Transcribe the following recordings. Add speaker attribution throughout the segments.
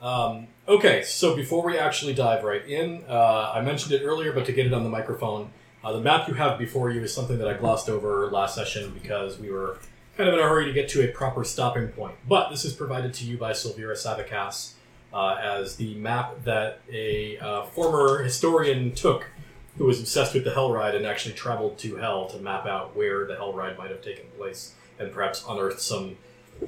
Speaker 1: Um, okay, so before we actually dive right in, uh, I mentioned it earlier, but to get it on the microphone, uh, the map you have before you is something that I glossed over last session because we were kind of in a hurry to get to a proper stopping point. But this is provided to you by Silvira Savakas uh, as the map that a uh, former historian took who was obsessed with the Hell Ride and actually traveled to Hell to map out where the Hell Ride might have taken place and perhaps unearth some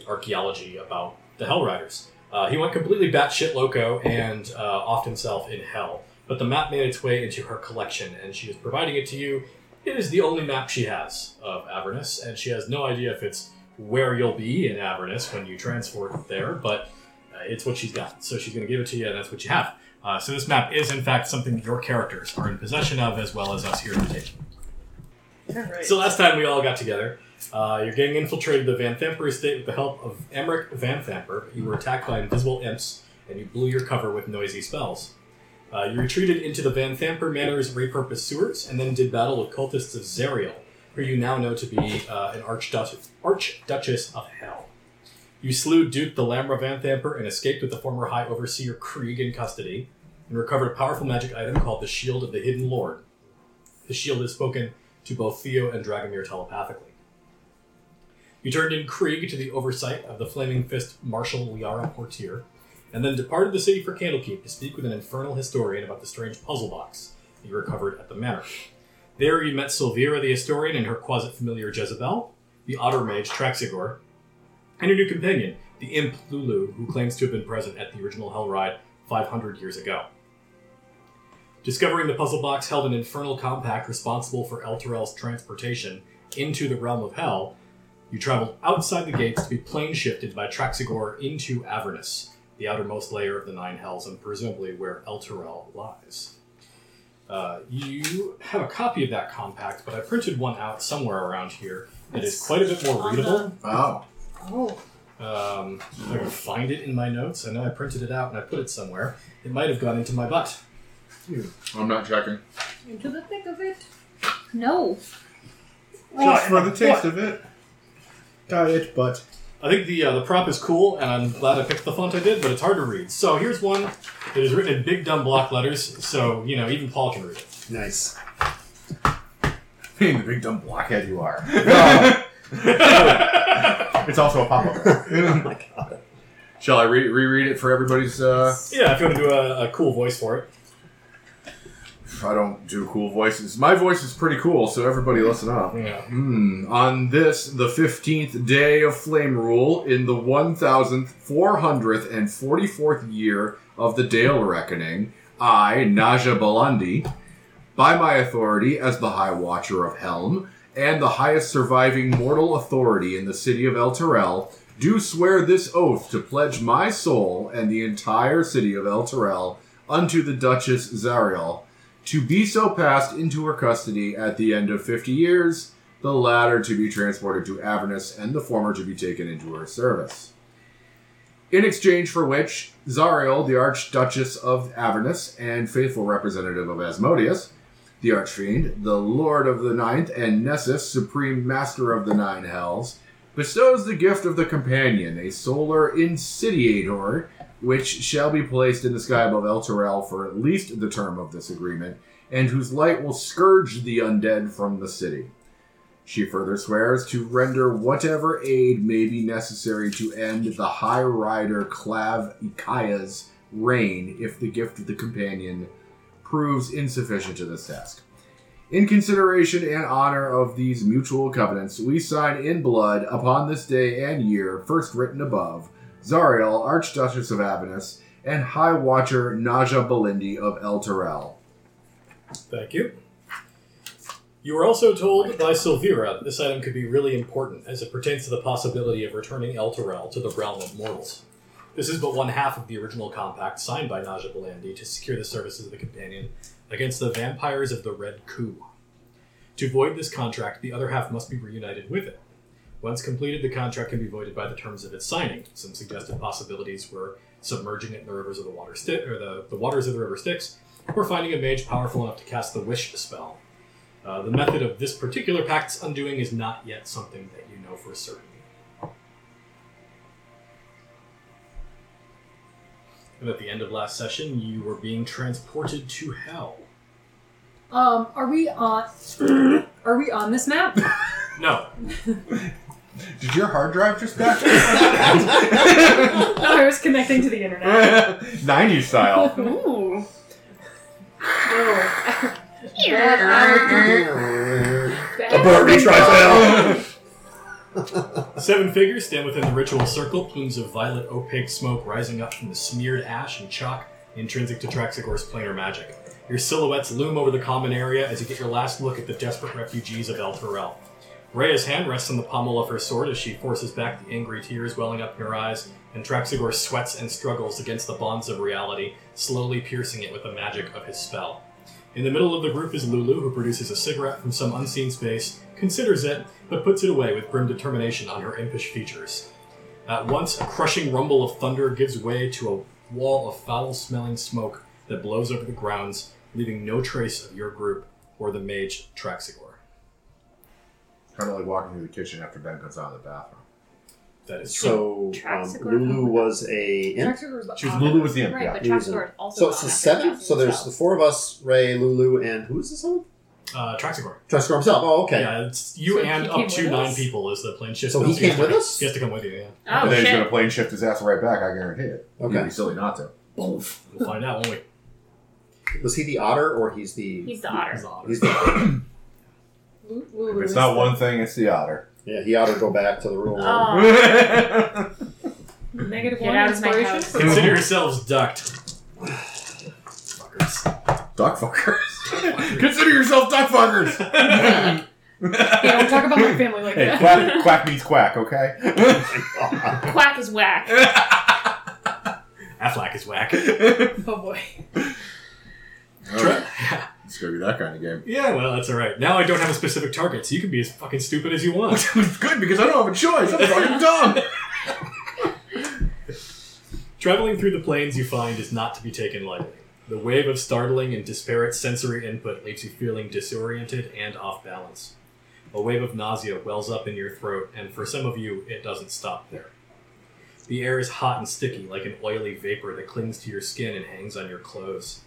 Speaker 1: archaeology about the Hell Riders. Uh, he went completely batshit loco and uh, offed himself in hell. But the map made its way into her collection, and she is providing it to you. It is the only map she has of Avernus, and she has no idea if it's where you'll be in Avernus when you transport there, but uh, it's what she's got. So she's going to give it to you, and that's what you have. Uh, so this map is, in fact, something your characters are in possession of, as well as us here at the table.
Speaker 2: Right.
Speaker 1: So last time we all got together, uh, your gang infiltrated the Van Thamper estate with the help of Emmerich Van Thamper. You were attacked by invisible imps, and you blew your cover with noisy spells. Uh, you retreated into the Van Thamper Manor's repurposed sewers, and then did battle with cultists of Zerial, who you now know to be uh, an archduch- archduchess of Hell. You slew Duke the Lambra Van Thamper and escaped with the former High Overseer Krieg in custody, and recovered a powerful magic item called the Shield of the Hidden Lord. The shield is spoken to both Theo and Dragomir telepathically. You turned in Krieg to the oversight of the Flaming Fist Marshal Liara Portier, and then departed the city for Candlekeep to speak with an infernal historian about the strange puzzle box you recovered at the manor. There you met Silvira the historian and her quasi familiar Jezebel, the otter mage Traxigor, and your new companion, the imp Lulu, who claims to have been present at the original Hell Ride 500 years ago. Discovering the puzzle box held an infernal compact responsible for Elturel's transportation into the realm of Hell, you traveled outside the gates to be plane shifted by Traxigor into Avernus, the outermost layer of the Nine Hells, and presumably where Elturel lies. Uh, you have a copy of that compact, but I printed one out somewhere around here. It is quite a bit more
Speaker 2: On
Speaker 1: readable.
Speaker 3: Wow.
Speaker 2: Oh,
Speaker 1: Um, if I can find it in my notes. I know I printed it out and I put it somewhere. It might have gone into my butt.
Speaker 3: I'm not checking.
Speaker 2: into the thick of it.
Speaker 4: No.
Speaker 3: Just for the taste of it. Got it, but
Speaker 1: I think the uh, the prop is cool, and I'm glad I picked the font I did, but it's hard to read. So here's one that is written in big dumb block letters, so you know even Paul can read it.
Speaker 3: nice. Being the big dumb blockhead you are. it's also a pop-up. oh my god. Shall I re- reread it for everybody's? Uh...
Speaker 1: Yeah, if you want to do a, a cool voice for it.
Speaker 3: I don't do cool voices. My voice is pretty cool, so everybody listen up.
Speaker 1: Yeah.
Speaker 3: Hmm. On this, the 15th day of Flame Rule, in the 1,444th year of the Dale Reckoning, I, Naja Balandi, by my authority as the High Watcher of Helm, and the highest surviving mortal authority in the city of El Terrell, do swear this oath to pledge my soul and the entire city of El Terrell unto the Duchess Zariel, to be so passed into her custody at the end of 50 years, the latter to be transported to Avernus, and the former to be taken into her service. In exchange for which, Zariel, the Archduchess of Avernus and faithful representative of Asmodeus, the Archfiend, the Lord of the Ninth, and Nessus, Supreme Master of the Nine Hells, bestows the gift of the Companion, a solar insidiator, which shall be placed in the sky above El Terrell for at least the term of this agreement, and whose light will scourge the undead from the city. She further swears to render whatever aid may be necessary to end the High Rider Clav Ikaya's reign if the gift of the companion proves insufficient to this task. In consideration and honor of these mutual covenants, we sign in blood upon this day and year, first written above, Zariel, Archduchess of Avernus, and High Watcher Naja Belindi of El Terrell.
Speaker 1: Thank you. You were also told by Silvira that this item could be really important as it pertains to the possibility of returning Elturel to the realm of mortals. This is but one half of the original compact signed by Naja Belandi to secure the services of the companion against the vampires of the Red Coup. To void this contract, the other half must be reunited with it. Once completed, the contract can be voided by the terms of its signing. Some suggested possibilities were submerging it in the rivers of the water Sti- or the, the waters of the river Styx, or finding a mage powerful enough to cast the wish spell. Uh, the method of this particular pact's undoing is not yet something that you know for certain. And at the end of last session, you were being transported to hell.
Speaker 2: Um, are we on? are we on this map?
Speaker 1: No,
Speaker 5: Did your hard drive just die?
Speaker 2: no, I was connecting to the internet.
Speaker 5: 90s style.
Speaker 6: Ooh.
Speaker 2: No.
Speaker 6: Bad
Speaker 5: trial.
Speaker 1: Seven figures stand within the ritual circle, plumes of violet opaque smoke rising up from the smeared ash and chalk intrinsic to Traxigor's planar magic. Your silhouettes loom over the common area as you get your last look at the desperate refugees of El Terrell. Rhea's hand rests on the pommel of her sword as she forces back the angry tears welling up in her eyes, and Traxigor sweats and struggles against the bonds of reality, slowly piercing it with the magic of his spell. In the middle of the group is Lulu, who produces a cigarette from some unseen space, considers it, but puts it away with grim determination on her impish features. At once, a crushing rumble of thunder gives way to a wall of foul smelling smoke that blows over the grounds, leaving no trace of your group or the mage Traxigor.
Speaker 5: kind of like walking through the kitchen after Ben comes out of the bathroom.
Speaker 1: That is true.
Speaker 7: So um,
Speaker 6: Traxigor.
Speaker 7: Lulu was a imp.
Speaker 2: Traxigor's the
Speaker 5: She was
Speaker 2: honor.
Speaker 5: Lulu was the imp.
Speaker 6: Right, but
Speaker 7: Yeah.
Speaker 6: Traxigor is also
Speaker 7: So
Speaker 6: gone
Speaker 7: it's a
Speaker 6: after
Speaker 7: seven.
Speaker 6: Traxigor
Speaker 7: So there's the
Speaker 6: himself.
Speaker 7: four of us: Ray, Lulu, and who is this one?
Speaker 1: Uh, Traxigor.
Speaker 7: Traxigor himself. Oh, okay.
Speaker 1: Yeah, it's you
Speaker 6: So he
Speaker 1: and
Speaker 6: came
Speaker 1: up to
Speaker 6: with
Speaker 1: nine
Speaker 6: us?
Speaker 1: people is the plane shift.
Speaker 7: So he
Speaker 1: spell. has
Speaker 7: came
Speaker 1: to
Speaker 7: with
Speaker 1: come-
Speaker 7: us?
Speaker 1: He has to come with you, yeah.
Speaker 6: Oh
Speaker 5: and then he's
Speaker 6: shit!
Speaker 5: going to plane shift his ass right back. I guarantee it. It'd
Speaker 7: Okay.
Speaker 5: be silly not to.
Speaker 1: We'll find out, won't we?
Speaker 7: Was he the otter or he's the?
Speaker 6: He's the otter.
Speaker 1: He's odd.
Speaker 7: he's the-
Speaker 2: Lu- Lulu
Speaker 5: If it's
Speaker 2: is
Speaker 5: not
Speaker 2: the-
Speaker 5: one thing, it's the otter.
Speaker 7: yeah, he ought to go back to the room.
Speaker 6: Oh.
Speaker 2: Negative
Speaker 6: Get
Speaker 2: one
Speaker 6: out of my
Speaker 2: inspiration.
Speaker 6: house.
Speaker 1: Consider yourselves ducked. Fuckers.
Speaker 5: duck fuckers. Consider yourself duck fuckers.
Speaker 2: Yeah, don't talk about my family like
Speaker 5: hey,
Speaker 2: that.
Speaker 5: quack, quack meets quack, okay?
Speaker 6: Quack is whack.
Speaker 1: Aflac is whack.
Speaker 2: Oh boy.
Speaker 1: Tra-
Speaker 5: It's gonna be that kind of game.
Speaker 1: Yeah, well, that's all right. Now I don't have a specific target, so you can be as fucking stupid as you want.
Speaker 5: It's good because I don't have a choice. I'm fucking dumb.
Speaker 1: Traveling through the plains you find is not to be taken lightly. The wave of startling and disparate sensory input leaves you feeling disoriented and off balance. A wave of nausea wells up in your throat, and for some of you, it doesn't stop there. The air is hot and sticky, like an oily vapor that clings to your skin and hangs on your clothes.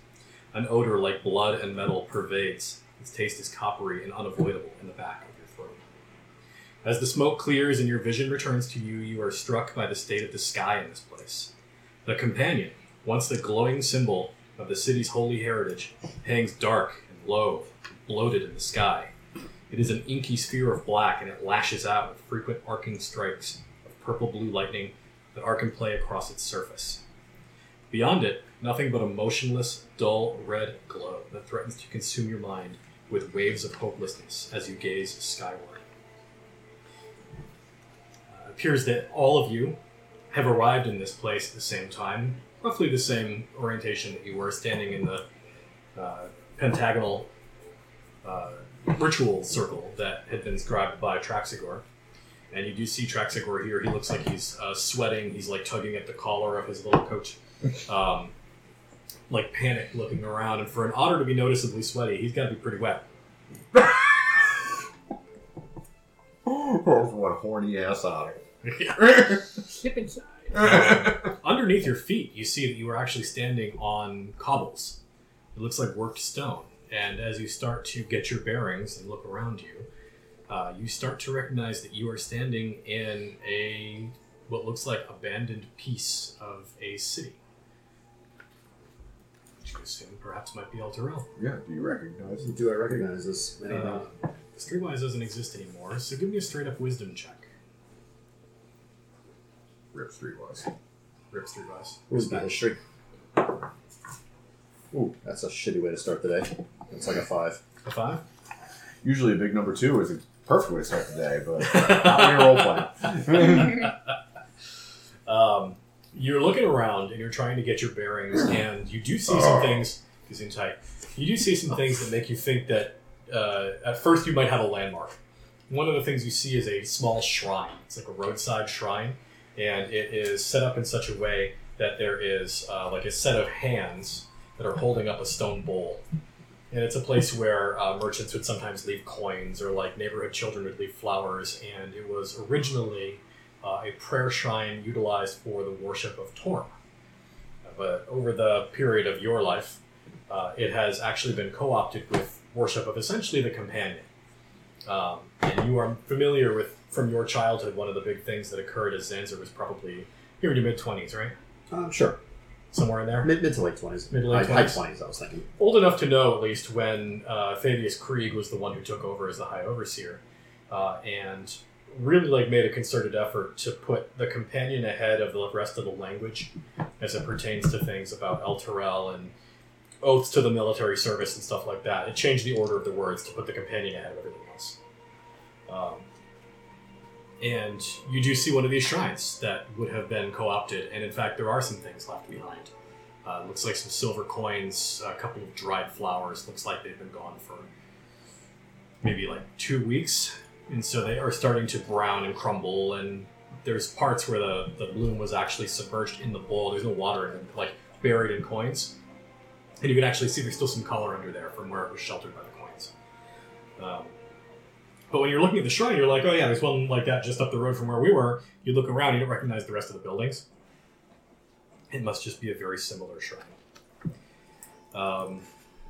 Speaker 1: An odor like blood and metal pervades. Its taste is coppery and unavoidable in the back of your throat. As the smoke clears and your vision returns to you, you are struck by the state of the sky in this place. The companion, once the glowing symbol of the city's holy heritage, hangs dark and low, bloated in the sky. It is an inky sphere of black, and it lashes out with frequent arcing strikes of purple blue lightning that arc and play across its surface. Beyond it, nothing but a motionless, dull red glow that threatens to consume your mind with waves of hopelessness as you gaze skyward. Uh, it appears that all of you, have arrived in this place at the same time, roughly the same orientation that you were standing in the uh, pentagonal uh, ritual circle that had been scribed by Traxigor. And you do see Traxigor here. He looks like he's uh, sweating. He's like tugging at the collar of his little coat, um, like panic, looking around. And for an otter to be noticeably sweaty, he's got to be pretty wet.
Speaker 5: What a Oh, horny ass otter.
Speaker 2: Ship inside.
Speaker 1: Underneath your feet, you see that you are actually standing on cobbles. It looks like worked stone. And as you start to get your bearings and look around you, uh, you start to recognize that you are standing in a what looks like abandoned piece of a city. Which you assume perhaps might be Alterel.
Speaker 5: yeah, do you recognize it?
Speaker 7: Do I recognize this? I don't
Speaker 1: Uh,
Speaker 7: know.
Speaker 1: Streetwise doesn't exist anymore, so give me a straight up wisdom check.
Speaker 5: Rip Streetwise.
Speaker 1: Rip Streetwise.
Speaker 7: Who's the history? Ooh, that's a shitty way to start the day. It's like a five.
Speaker 1: A five?
Speaker 5: Usually a big number two is a perfect way to start the day, but not when you're role playing.
Speaker 1: um, you're looking around and you're trying to get your bearings, and you do see some things. You seem tight. You do see some things that make you think that uh, at first you might have a landmark. One of the things you see is a small shrine. It's like a roadside shrine, and it is set up in such a way that there is uh, like a set of hands that are holding up a stone bowl. And it's a place where uh, merchants would sometimes leave coins, or like neighborhood children would leave flowers. And it was originally uh, a prayer shrine utilized for the worship of Torm, uh, but over the period of your life, uh, it has actually been co opted with worship of essentially the companion. Um, and you are familiar with, from your childhood, one of the big things that occurred as Zanzer was probably, you were in your mid 20s, right?
Speaker 7: Um, sure.
Speaker 1: Somewhere in there?
Speaker 7: Mid, mid to late 20s.
Speaker 1: Mid to late
Speaker 7: High
Speaker 1: 20s.
Speaker 7: 20s, I was thinking.
Speaker 1: old enough to know at least when uh, Thaddeus Krieg was the one who took over as the High Overseer, uh, and really like made a concerted effort to put the companion ahead of the rest of the language as it pertains to things about El Terrell and oaths to the military service and stuff like that. It changed the order of the words to put the companion ahead of everything else. Um, and you do see one of these shrines that would have been co-opted, and in fact, there are some things left behind. Uh, looks like some silver coins, a couple of dried flowers. Looks like they've been gone for maybe like two weeks. And so they are starting to brown and crumble. And there's parts where the, the bloom was actually submerged in the bowl. There's no water in them, like buried in coins. And you can actually see there's still some color under there from where it was sheltered by the coins. Um, but when you're looking at the shrine, you're like, oh yeah, there's one like that just up the road from where we were. You look around, you don't recognize the rest of the buildings it must just be a very similar shrine. A um,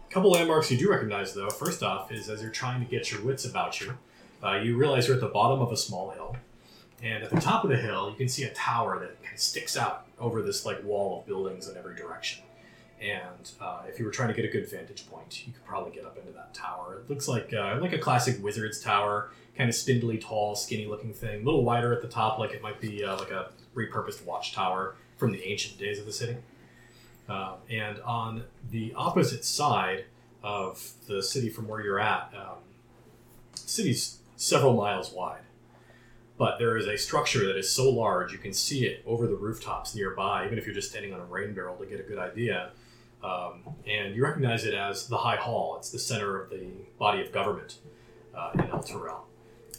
Speaker 1: couple landmarks you do recognize, though. First off, is as you're trying to get your wits about you, uh, you realize you're at the bottom of a small hill, and at the top of the hill, you can see a tower that kind of sticks out over this like wall of buildings in every direction. And uh, if you were trying to get a good vantage point, you could probably get up into that tower. It looks like uh, like a classic wizard's tower, kind of spindly, tall, skinny-looking thing. A little wider at the top, like it might be uh, like a repurposed watchtower from the ancient days of the city. Um, and on the opposite side of the city from where you're at, um, city's several miles wide. But there is a structure that is so large you can see it over the rooftops nearby, even if you're just standing on a rain barrel to get a good idea. Um, and you recognize it as the High Hall. It's the center of the body of government uh, in El Terrell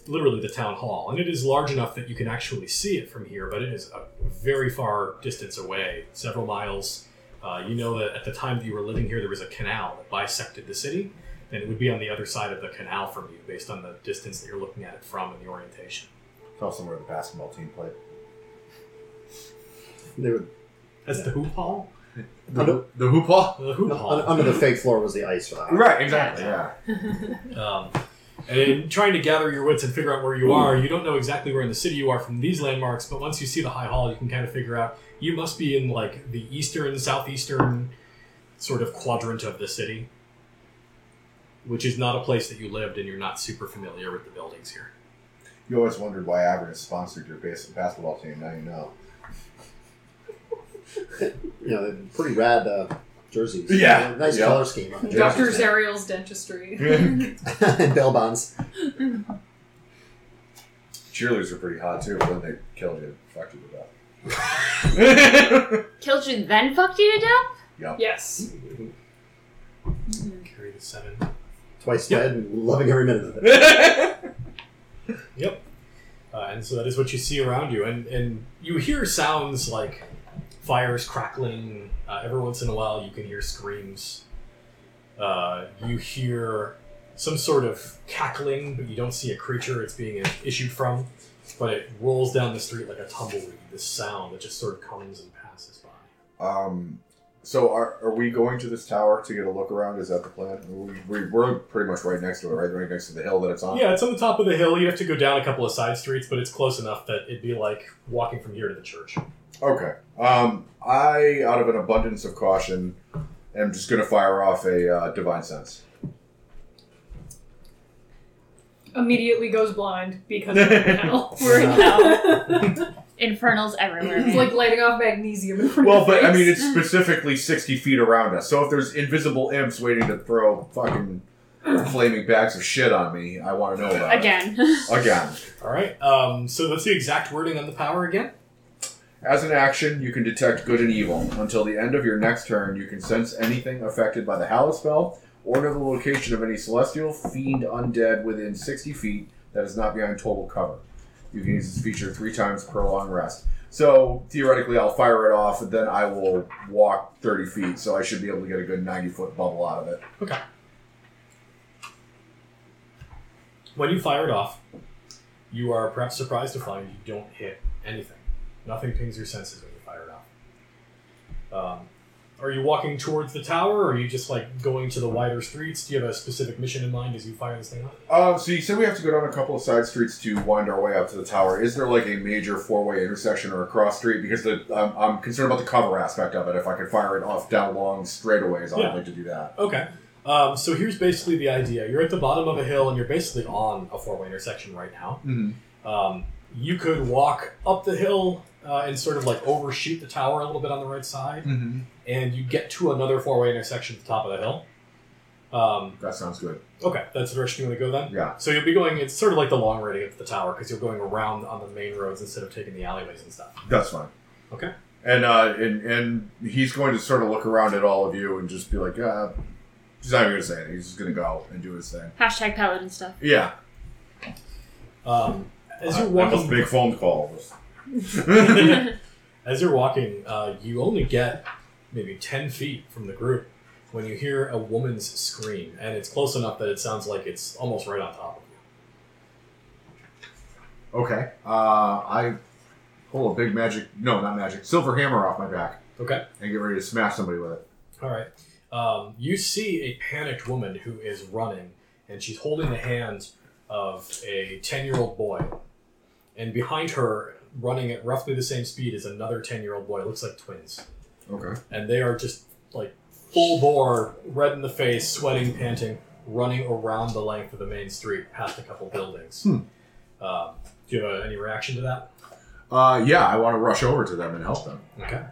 Speaker 1: literally the town hall, and it is large enough that you can actually see it from here, but it is a very far distance away, several miles. Uh, you know that at the time that you were living here, there was a canal that bisected the city, and it would be on the other side of the canal from you, based on the distance that you're looking at it from and the orientation.
Speaker 3: Tell us where the basketball team played.
Speaker 7: They would,
Speaker 1: That's the hoop hall.
Speaker 7: under,
Speaker 5: The hoop hall?
Speaker 1: The hoop hall.
Speaker 7: un- under the fake floor was the ice for that.
Speaker 5: Right, exactly.
Speaker 3: Yeah.
Speaker 1: Um, and in trying to gather your wits and figure out where you are, you don't know exactly where in the city you are from these landmarks, but once you see the High Hall, you can kind of figure out you must be in like the eastern, southeastern sort of quadrant of the city, which is not a place that you lived and you're not super familiar with the buildings here.
Speaker 3: You always wondered why Avernus sponsored your bas- basketball team. Now you know.
Speaker 7: You know, they're pretty rad uh, jerseys.
Speaker 5: Yeah.
Speaker 7: Nice
Speaker 3: Yeah.
Speaker 7: color scheme on the
Speaker 2: Dr.
Speaker 7: jerseys.
Speaker 2: Zariel's dentistry.
Speaker 7: and bell bonds.
Speaker 3: Cheerleaders are pretty hot too, but then they killed you, fucked you to death.
Speaker 6: Killed you, then fucked you to death?
Speaker 2: yes.
Speaker 1: Carry the seven.
Speaker 7: Twice
Speaker 1: Yep.
Speaker 7: dead and loving every minute of it.
Speaker 1: Yep. Uh, and so that is what you see around you, and and you hear sounds like fires crackling. Uh, every once in a while, you can hear screams. Uh, you hear some sort of cackling, but you don't see a creature it's being issued from. But it rolls down the street like a tumbleweed. This sound that just sort of comes and passes by.
Speaker 3: Um, so are, are we going to this tower to get a look around? Is that the plan? We, we, we're pretty much right next to it, right? Right next to the hill that it's on.
Speaker 1: Yeah, it's on the top of the hill. You have to go down a couple of side streets, but it's close enough that it'd be like walking from here to the church.
Speaker 3: Okay. Um, I, out of an abundance of caution, am just going to fire off a uh, divine sense.
Speaker 2: Immediately goes blind because of the panel. We're in hell.
Speaker 6: Infernals everywhere.
Speaker 2: it's
Speaker 6: man.
Speaker 2: like lighting off magnesium in front
Speaker 3: Well,
Speaker 2: of your
Speaker 3: but I mean,
Speaker 2: face.
Speaker 3: it's specifically sixty feet around us. So if there's invisible imps waiting to throw fucking flaming bags of shit on me, I want to know about
Speaker 6: Again.
Speaker 3: it. Again.
Speaker 1: All right. Um, so that's the exact wording on the power again.
Speaker 3: As an action, you can detect good and evil. Until the end of your next turn, you can sense anything affected by the Hallow spell or know the location of any celestial, fiend, undead within 60 feet that is not behind total cover. You can use this feature three times per long rest. So theoretically, I'll fire it off, and then I will walk 30 feet, so I should be able to get a good 90 foot bubble out of it.
Speaker 1: Okay. When you fire it off, you are perhaps surprised to find you don't hit anything. Nothing pings your senses when you fire it off. Um, Are you walking towards the tower, or are you just like going to the wider streets? Do you have a specific mission in mind as you fire this thing up?
Speaker 3: Um, so you said we have to go down a couple of side streets to wind our way up to the tower. Is there like a major four-way intersection or a cross street? Because the I'm, I'm concerned about the cover aspect of it. If I could fire it off down long straightaways, I
Speaker 1: Yeah.
Speaker 3: would like to do that.
Speaker 1: Okay. Um, so here's basically the idea. You're at the bottom of a hill, and you're basically on a four-way intersection right now.
Speaker 3: Mm-hmm.
Speaker 1: Um, you could walk up the hill uh, and sort of like overshoot the tower a little bit on the right side,
Speaker 3: Mm-hmm.
Speaker 1: and you get to another four-way intersection at the top of the hill. Um,
Speaker 3: That sounds good.
Speaker 1: okay, that's the direction you want to go then.
Speaker 3: Yeah.
Speaker 1: So you'll be going. It's sort of like the long way to get to the tower because you're going around on the main roads instead of taking the alleyways and stuff.
Speaker 3: That's fine.
Speaker 1: Okay.
Speaker 3: And uh, and and he's going to sort of look around at all of you and just be like, uh, he's not even gonna say anything. He's just gonna go and do his thing.
Speaker 6: Hashtag paladin stuff.
Speaker 3: Yeah.
Speaker 1: Um, as
Speaker 3: I-
Speaker 1: you're
Speaker 3: I must
Speaker 1: walking,
Speaker 3: make phone calls.
Speaker 1: as you're walking, uh, you only get maybe ten feet from the group when you hear a woman's scream, and it's close enough that it sounds like it's almost right on top of you.
Speaker 3: Okay. Uh, I pull a big magic, no, not magic, silver hammer off my back
Speaker 1: Okay.
Speaker 3: and get ready to smash somebody with it.
Speaker 1: All right. Um, you see a panicked woman who is running, and she's holding the hand of a 10 year old boy. And behind her, running at roughly the same speed, is another 10 year old boy. It looks like twins.
Speaker 3: Okay.
Speaker 1: And they are just like full bore, red in the face, sweating, panting, running around the length of the main street past a couple buildings.
Speaker 3: Hmm.
Speaker 1: Um, do you have uh, any reaction to that?
Speaker 3: Uh, yeah, I want to rush over to them and help them.
Speaker 1: Okay.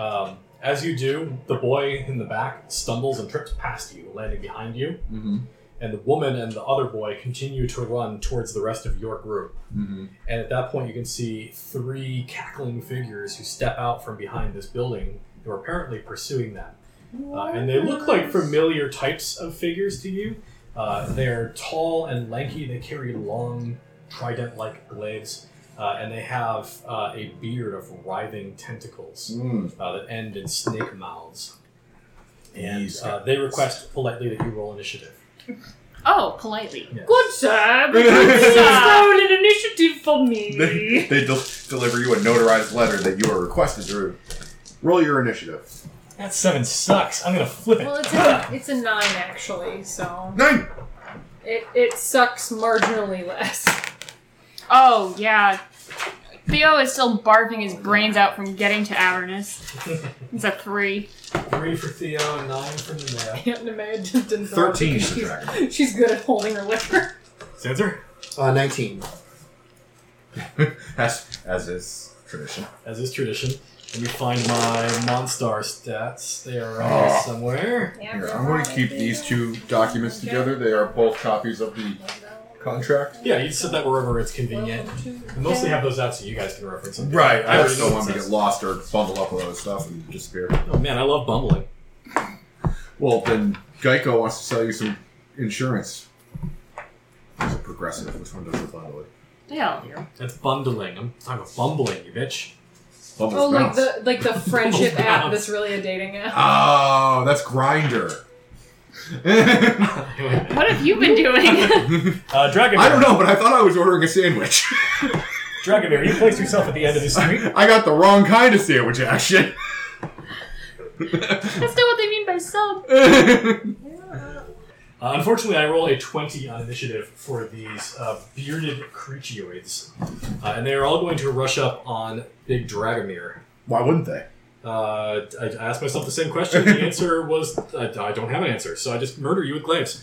Speaker 1: Um, as you do, the boy in the back stumbles and trips past you, landing behind you,
Speaker 3: Mm-hmm.
Speaker 1: and the woman and the other boy continue to run towards the rest of your group.
Speaker 3: Mm-hmm.
Speaker 1: And at that point, you can see three cackling figures who step out from behind this building who are apparently pursuing them. Uh, and they look like familiar types of figures to you. Uh, they're tall and lanky, they carry long, trident like blades, uh, and they have uh, a beard of writhing tentacles
Speaker 3: Mm.
Speaker 1: uh, that end in snake mouths. And
Speaker 3: These
Speaker 1: uh, they request politely that you roll initiative.
Speaker 6: Oh, politely.
Speaker 1: Yes.
Speaker 2: Good sir, but you thrown an initiative for me.
Speaker 3: they del- deliver you a notarized letter that you are requested to roll your initiative.
Speaker 1: That seven sucks. I'm gonna flip
Speaker 2: Well, it's a, it's a nine actually, so
Speaker 3: Nine!
Speaker 2: it, it sucks marginally less.
Speaker 6: Oh, yeah. Theo is still barfing his brains out from getting to Avernus. It's a three.
Speaker 1: Three for Theo and nine for Nanea.
Speaker 2: Aunt Nemea just didn't throw up
Speaker 3: Thirteen
Speaker 2: because
Speaker 3: is the dragon.
Speaker 2: she's, she's good at holding her liquor.
Speaker 1: Sensor?
Speaker 7: Uh, 19.
Speaker 3: as, as is tradition.
Speaker 1: As is tradition. Let me find my Monstar stats. They are around
Speaker 3: Ah.
Speaker 1: here somewhere.
Speaker 3: Here, I'm going to keep these two documents together. They are both copies of the contract.
Speaker 1: Yeah, you said that wherever it's convenient. I mostly have those out so you guys can reference them.
Speaker 3: I just
Speaker 1: know
Speaker 3: don't
Speaker 1: what
Speaker 3: want
Speaker 1: it
Speaker 3: to get
Speaker 1: says.
Speaker 3: lost or bundle up with other stuff and disappear.
Speaker 1: Oh man, I love bumbling.
Speaker 3: Well, then Geico wants to sell you some insurance. Is it progressive? Which one does it bundle it?
Speaker 6: They all do.
Speaker 1: That's bundling. I'm talking about bumbling, you bitch.
Speaker 3: Bumble
Speaker 2: Oh, like
Speaker 3: Bounce.
Speaker 2: the like the friendship app
Speaker 1: Bounce.
Speaker 2: that's really a dating app.
Speaker 3: Oh, that's Grinder. I
Speaker 1: Wait a minute.
Speaker 6: What have you been doing?
Speaker 1: Uh, Dragon.
Speaker 3: don't know, but I thought I was ordering a sandwich.
Speaker 1: Dragomir, you placed yourself at the end of the street.
Speaker 3: I got the wrong kind of sandwich action.
Speaker 6: That's not what they mean by sub.
Speaker 1: Uh, unfortunately, I roll a 20 on initiative for these uh, bearded creatuoids. Uh, and they are all going to rush up on Big Dragomir.
Speaker 3: Why wouldn't they?
Speaker 1: Uh, I I asked myself the same question. The answer was I, I don't have an answer, so I just murder you with glaives.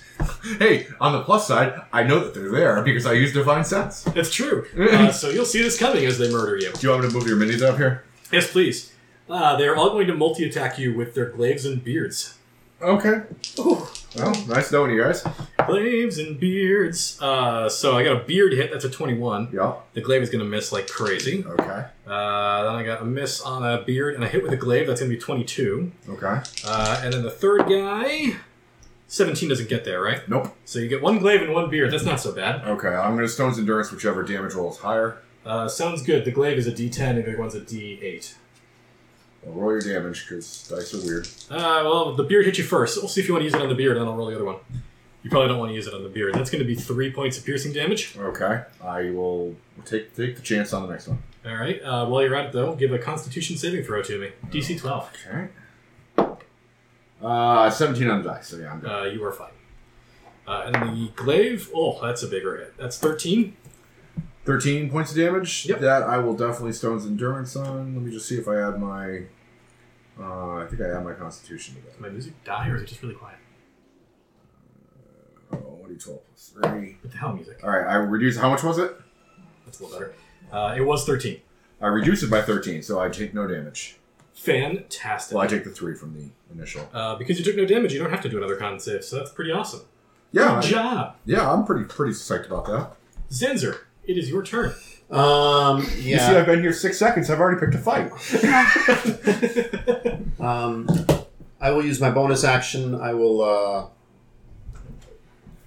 Speaker 3: Hey, on the plus side, I know that they're there because I use divine sense.
Speaker 1: It's true. Uh, so you'll see this coming as they murder you.
Speaker 3: Do you want me to move your minis up here?
Speaker 1: Yes, please. Uh, they're all going to multi attack you with their glaives and beards.
Speaker 3: Okay. Well, nice knowing you guys.
Speaker 1: Glaives and beards. Uh, so I got a beard hit, that's a 21.
Speaker 3: Yeah.
Speaker 1: The glaive is going to miss like crazy.
Speaker 3: Okay.
Speaker 1: Uh, then I got a miss on a beard and a hit with a glaive. That's going to be 22.
Speaker 3: Okay.
Speaker 1: Uh, and then the third guy, 17 doesn't get there, right?
Speaker 3: Nope.
Speaker 1: So you get one glaive and one beard. That's not so bad.
Speaker 3: Okay. I'm gonna stone's endurance whichever damage roll is higher.
Speaker 1: Uh, sounds good. The glaive is a d10 and the other one's a d8.
Speaker 3: I'll roll your damage because dice are weird.
Speaker 1: Uh, well, the beard hit you first. We'll see if you want to use it on the beard, and then I'll roll the other one. You probably don't want to use it on the beard. That's going to be three points of piercing damage.
Speaker 3: Okay. I will take take the chance on the next one.
Speaker 1: All right. Uh, while you're at it, though, give a Constitution saving throw to me. DC 12.
Speaker 3: Okay. Uh, 17 on the die, so yeah, I'm good.
Speaker 1: Uh, you are fine. Uh, and the glaive, oh, that's a bigger hit. That's 13.
Speaker 3: 13 points of damage.
Speaker 1: Yep.
Speaker 3: That I will definitely Stone's Endurance on. Let me just see if I add my. Uh, I think I add my Constitution to
Speaker 1: Did my music die or is it just really quiet?
Speaker 3: that. Oh, 1d12 plus 3.
Speaker 1: What the hell, music?
Speaker 3: Alright, I reduce. How much was it?
Speaker 1: That's a little better. Uh, it was 13.
Speaker 3: I reduce it by 13, so I take no damage.
Speaker 1: Fantastic.
Speaker 3: Well, I take the 3 from the initial.
Speaker 1: Uh, because you took no damage, you don't have to do another con save, so that's pretty awesome.
Speaker 3: Yeah,
Speaker 1: Good
Speaker 3: I-
Speaker 1: job.
Speaker 3: yeah, I'm pretty pretty psyched about that.
Speaker 1: Zenzer, it is your turn.
Speaker 7: Um,
Speaker 3: You see,
Speaker 7: yeah.
Speaker 3: I've been here six seconds. I've already picked a fight.
Speaker 7: Um, I will use my bonus action. I will, uh,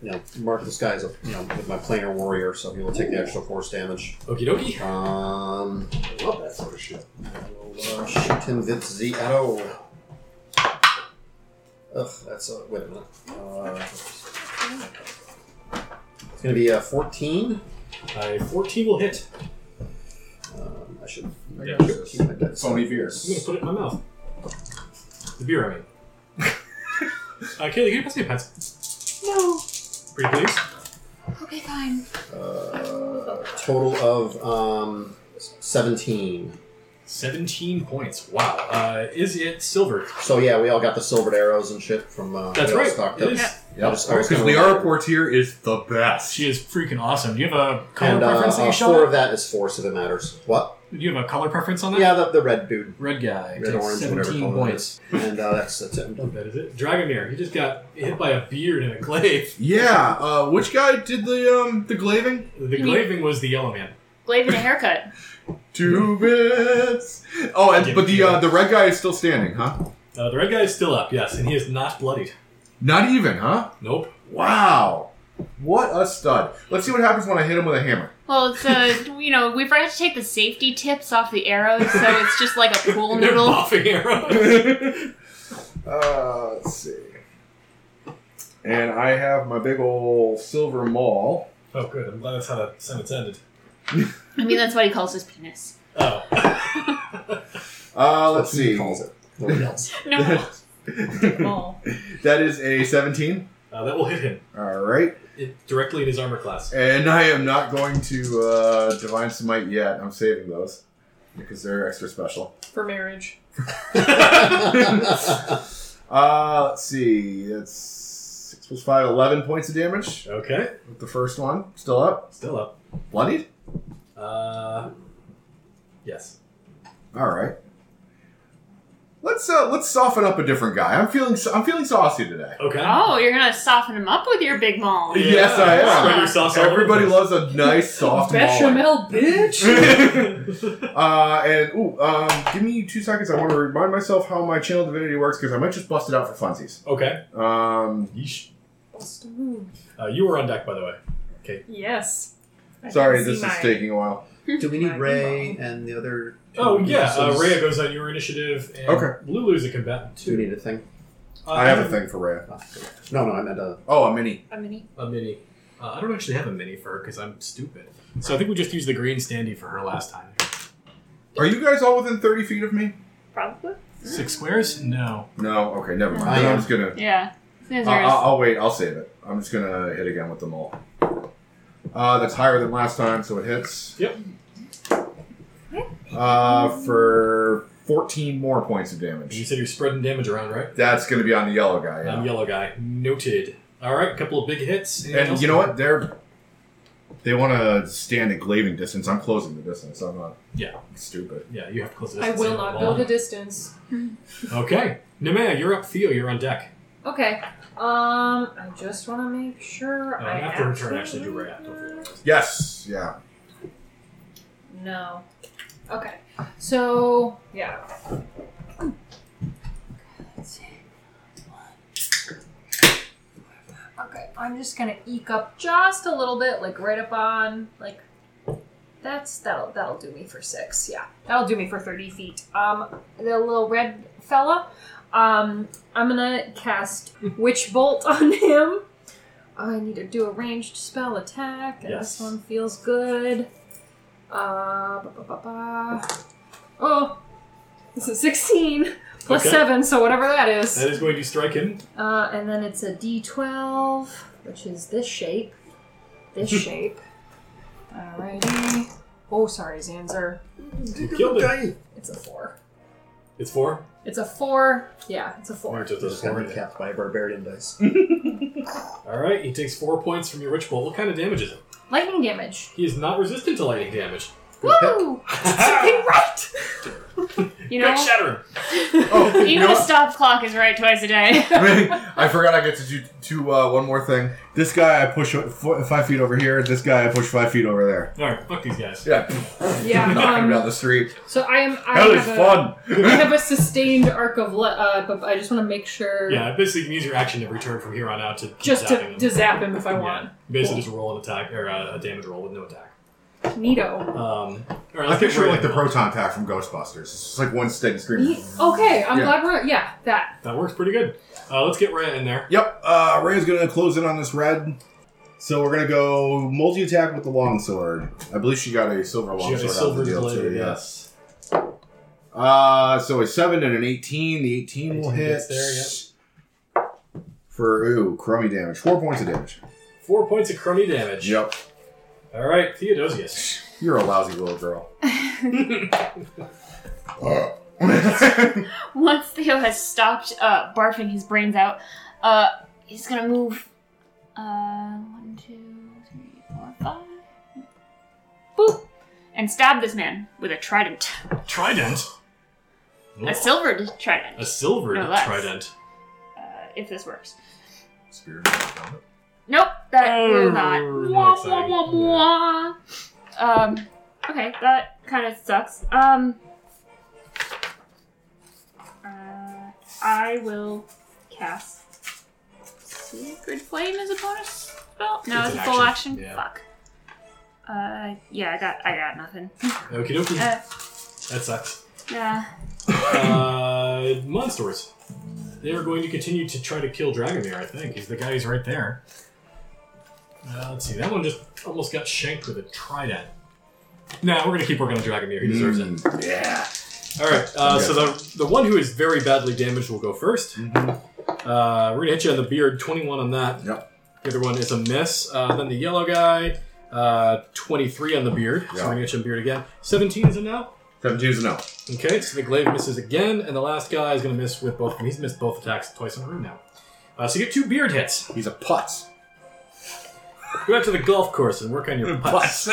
Speaker 7: you know, mark this guy as a, you know, with my planar warrior, so he will take the extra force damage.
Speaker 1: Okie dokie.
Speaker 7: Um, I love that sort of shit. I will uh, shoot him with the arrow. Ugh, that's a wait a minute. Uh, it's gonna be a fourteen.
Speaker 1: Uh, 14 will hit.
Speaker 7: Um, I should
Speaker 3: I
Speaker 1: Yeah.
Speaker 3: got this.
Speaker 7: keep my dex.
Speaker 3: Phony fear.
Speaker 1: I'm going to put it in my mouth. The beer, I mean. uh, Kaylee, can you pass me a pencil?
Speaker 6: No.
Speaker 1: Pretty please.
Speaker 6: Okay, fine.
Speaker 7: Uh, total of um, seventeen.
Speaker 1: 17 points. Wow. Uh, is it silver?
Speaker 7: So yeah, we all got the silvered arrows and shit from. Uh,
Speaker 1: That's
Speaker 7: we all
Speaker 1: right.
Speaker 7: Stocked
Speaker 1: It
Speaker 7: up.
Speaker 1: is.
Speaker 7: I
Speaker 3: Yep.
Speaker 7: was- I was
Speaker 3: Because
Speaker 7: gonna-
Speaker 3: Liara Portier is the best.
Speaker 1: She is freaking awesome. Do you have a color
Speaker 7: And uh,
Speaker 1: preference that
Speaker 7: uh,
Speaker 1: you shot?
Speaker 7: four of that is force if it matters. What?
Speaker 1: Do you have a color preference on that?
Speaker 7: Yeah, the, the red dude.
Speaker 1: Red guy.
Speaker 7: Red,
Speaker 1: takes
Speaker 7: orange, whatever
Speaker 1: 17
Speaker 7: color it
Speaker 1: points.
Speaker 7: And uh, that's that's it. I'm done.
Speaker 1: That is it. Dragomir, he just got hit by a beard and a glaive.
Speaker 3: Yeah. Uh, which guy did the um the glaving?
Speaker 1: The
Speaker 6: You mean-
Speaker 1: glaving was the yellow man.
Speaker 6: Glaive and a haircut.
Speaker 3: Two bits. Oh, and, but the uh, the red guy is still standing, huh?
Speaker 1: Uh, the red guy is still up, yes, and he is not bloodied.
Speaker 3: Not even, huh?
Speaker 1: Nope.
Speaker 3: Wow. What a stud. Let's see what happens when I hit him with a hammer.
Speaker 6: Well, it's uh, you know, we forgot to take the safety tips off the arrows, so it's just like a pool
Speaker 1: They're
Speaker 6: noodle.
Speaker 1: buffing arrows.
Speaker 3: uh, let's see. And I have my big old silver maul.
Speaker 1: Oh, good. I'm glad that's how that sentence ended.
Speaker 6: I mean, that's what he calls his penis.
Speaker 1: Oh.
Speaker 3: Uh, let's
Speaker 7: That's what he
Speaker 3: see.
Speaker 7: calls it. Nobody else.
Speaker 6: No.
Speaker 2: Oh.
Speaker 3: That is a 17.
Speaker 1: Uh, that will hit him
Speaker 3: All right.
Speaker 1: it, directly in his armor class.
Speaker 3: And I am not going to uh, Divine Smite yet. I'm saving those because they're extra special.
Speaker 2: For marriage.
Speaker 3: Uh, let's see. That's 6 plus 5, 11 points of damage
Speaker 1: Okay.
Speaker 3: with the first one. Still up.
Speaker 1: Still up.
Speaker 3: Bloodied?
Speaker 1: Uh, yes.
Speaker 3: All right. Let's uh, let's soften up a different guy. I'm feeling I'm feeling saucy today.
Speaker 1: Okay.
Speaker 6: Oh, you're gonna soften him up with your big maul.
Speaker 1: Yeah.
Speaker 3: Yes, I am.
Speaker 1: Spread your sauce all over
Speaker 3: Everybody
Speaker 1: the place.
Speaker 3: loves a nice soft maul.
Speaker 2: Bechamel, bitch!
Speaker 1: Bitch.
Speaker 3: Uh, and ooh, um, give me two seconds. I want to remind myself how my channel divinity works because I might just bust it out for funsies.
Speaker 1: okay.
Speaker 3: Um,
Speaker 1: Yeesh.
Speaker 2: Bust a move.
Speaker 1: Uh, you were on deck, by the way. Okay.
Speaker 2: Yes. I
Speaker 3: sorry,
Speaker 2: didn't
Speaker 3: this
Speaker 2: see
Speaker 3: is
Speaker 2: mine.
Speaker 3: taking a while.
Speaker 7: Do we need
Speaker 2: My
Speaker 7: Ray
Speaker 2: bimbo.
Speaker 7: and the other? two
Speaker 1: Oh yeah, uh,
Speaker 7: pieces?
Speaker 1: Rhea goes on your initiative, and
Speaker 3: Okay.
Speaker 1: Lulu's a combatant
Speaker 7: Do we
Speaker 1: too.
Speaker 7: need a thing?
Speaker 1: Uh,
Speaker 3: I have a thing for Rhea.
Speaker 7: No, no, I meant uh, a.
Speaker 3: Oh, a mini.
Speaker 6: A
Speaker 2: e
Speaker 6: mini.
Speaker 1: a mini. Uh, I don't actually have a mini for her because I'm stupid. So I think we just used the green standee for her last time.
Speaker 3: Are you guys all within thirty feet of me?
Speaker 6: Probably.
Speaker 1: Six squares? No.
Speaker 3: No. Okay, never mind.
Speaker 7: I
Speaker 3: Then I'm
Speaker 7: am.
Speaker 3: just gonna.
Speaker 6: Yeah. Scissors.
Speaker 3: I- I'll, I'll wait. I'll save it. I'm just gonna hit again with the mole. Uh, that's higher than last time, so it hits.
Speaker 1: Yep.
Speaker 3: Uh, for 14 more points of
Speaker 1: You
Speaker 3: damage.
Speaker 1: said you're spreading damage around, right?
Speaker 3: That's gonna be on the yellow guy. Yeah.
Speaker 1: I'm yellow guy. Noted. All right, a couple of big hits. Anything
Speaker 3: and
Speaker 1: else?
Speaker 3: you know what? They're they want to stand at glaving distance. I'm closing the distance. I'm not
Speaker 1: Yeah,
Speaker 3: stupid.
Speaker 1: yeah. You have to close this.
Speaker 2: I will not build a distance.
Speaker 1: Okay, Nemea, you're up. Theo, you're on deck.
Speaker 2: Okay. Um, I just want to make sure
Speaker 1: Uh,
Speaker 2: I
Speaker 1: after her turn, actually, do Rhea. Don't forget.
Speaker 3: Yes. Yeah.
Speaker 2: No. Okay. So yeah. Okay, I'm just gonna eke up just a little bit, like right up on like that's that'll that'll do me for six. Yeah, that'll do me for thirty feet. Um, the little red fella. Um, I'm gonna cast witch bolt on him. I need to do a ranged spell attack, and
Speaker 1: Yes.
Speaker 2: this one feels good. Uh, ba, ba, ba, ba. oh, this is sixteen Plus
Speaker 1: Okay.
Speaker 2: seven, so whatever that is.
Speaker 1: That is going to strike him.
Speaker 2: Uh, and then it's a D12, which is this shape. This shape. Alrighty. Oh, sorry, Zanzer.
Speaker 1: You killed it.
Speaker 2: It's a four.
Speaker 1: It's four.
Speaker 2: It's a four. Yeah, it's a
Speaker 1: Or
Speaker 2: four.
Speaker 1: just a
Speaker 7: Just got
Speaker 1: four in there.
Speaker 7: recapped by a barbarian dice.
Speaker 1: All right, he takes four points from your ritual. What kind of damage is it?
Speaker 2: Lightning damage.
Speaker 1: He is not resistant to lightning damage.
Speaker 2: Woo! Something right!
Speaker 6: You
Speaker 1: Quick
Speaker 6: know,
Speaker 1: shatter him.
Speaker 3: Oh, uh, you
Speaker 6: even
Speaker 3: know
Speaker 6: the
Speaker 3: what?
Speaker 6: stop clock is right twice a day.
Speaker 3: I forgot I get to do to, uh, one more thing. This guy I push o- fo- five feet over here. This guy I push five feet over there.
Speaker 1: All right, fuck these guys.
Speaker 3: Yeah,
Speaker 2: Yeah,
Speaker 3: knocking him
Speaker 2: um,
Speaker 3: down the street.
Speaker 2: So I am. I
Speaker 3: Hell is
Speaker 2: have a-
Speaker 3: fun.
Speaker 2: I have a sustained arc of. Le- uh, but I just want to make sure.
Speaker 1: Yeah, it basically, you can use your action to return from here on out to keep
Speaker 2: Just
Speaker 1: zapping
Speaker 2: to,
Speaker 1: him.
Speaker 2: to zap him if I
Speaker 1: Yeah,
Speaker 2: want.
Speaker 1: Basically, just roll an attack or uh, a damage roll with no attack.
Speaker 2: Neato.
Speaker 1: Um, all right,
Speaker 3: I
Speaker 1: let's get
Speaker 3: picture
Speaker 1: rid
Speaker 3: it
Speaker 1: of
Speaker 3: like the
Speaker 1: him.
Speaker 3: proton pack from Ghostbusters. It's just like one steady scream.
Speaker 2: Ye- Okay, I'm
Speaker 3: Yeah.
Speaker 2: glad we're. Yeah, that.
Speaker 1: That works pretty good. Uh, let's get Rhea in there.
Speaker 3: Yep, uh, Ray's gonna close in on this red. So we're gonna go multi attack with the longsword. I believe she got a silver
Speaker 1: She
Speaker 3: longsword
Speaker 1: has a
Speaker 3: out of
Speaker 1: silver
Speaker 3: the deal
Speaker 1: blade.
Speaker 3: too. Yes.
Speaker 1: Yes.
Speaker 3: Uh, so a seven and an eighteen. The eighteen, will
Speaker 1: 18
Speaker 3: hit
Speaker 1: gets there, yep.
Speaker 3: for ooh crummy damage. Four points of damage.
Speaker 1: Four points of crummy damage.
Speaker 3: Yep,
Speaker 1: All right, Theodosius.
Speaker 3: you're a lousy little girl.
Speaker 6: Once Theo has stopped uh, barfing his brains out, uh, he's gonna move. Uh, one, two, three, four, five. Boop! And stab this man with a trident.
Speaker 1: Trident.
Speaker 6: A silvered trident.
Speaker 1: A silver
Speaker 6: No less.
Speaker 1: trident.
Speaker 6: Uh, if this works.
Speaker 3: Spear.
Speaker 6: Nope, that will not.
Speaker 1: Arr,
Speaker 6: Wah,
Speaker 1: not
Speaker 6: wah, wah,
Speaker 1: exciting.
Speaker 6: wah. Um, okay, that kind of sucks. Um, uh, I will cast Sacred Flame as a bonus spell. No,
Speaker 1: It's
Speaker 6: it's,
Speaker 1: an
Speaker 6: a full
Speaker 1: action,
Speaker 6: action.
Speaker 1: yeah.
Speaker 6: Fuck. Uh, yeah, I got, I got nothing.
Speaker 1: Okie dokie.
Speaker 6: Uh,
Speaker 1: That sucks.
Speaker 6: yeah.
Speaker 1: Uh, monsters. They are going to continue to try to kill Dragomir, I think. He's the guy who's right there. Uh, let's see, that one just almost got shanked with a trident. Nah, we're going to keep working on Dragomir. He deserves it.
Speaker 3: Mm, yeah.
Speaker 1: All right. Uh, so the the one who is very badly damaged will go 1st Uh, we're gonna hit you on the beard. Twenty-one on that.
Speaker 3: Mm-hmm. Yep.
Speaker 1: The other one is a miss. Uh, then the yellow guy. Uh, Twenty-three on the beard. So we're
Speaker 3: Yeah.
Speaker 1: gonna hit you on beard again. Seventeen is a no.
Speaker 3: Seventeen is a no.
Speaker 1: Okay. So the glaive misses again, and the last guy is gonna miss with both. of them. He's missed both attacks twice in a row now. Uh, so you get two beard hits.
Speaker 3: He's a putz.
Speaker 1: Go out to the golf course and work on your putts.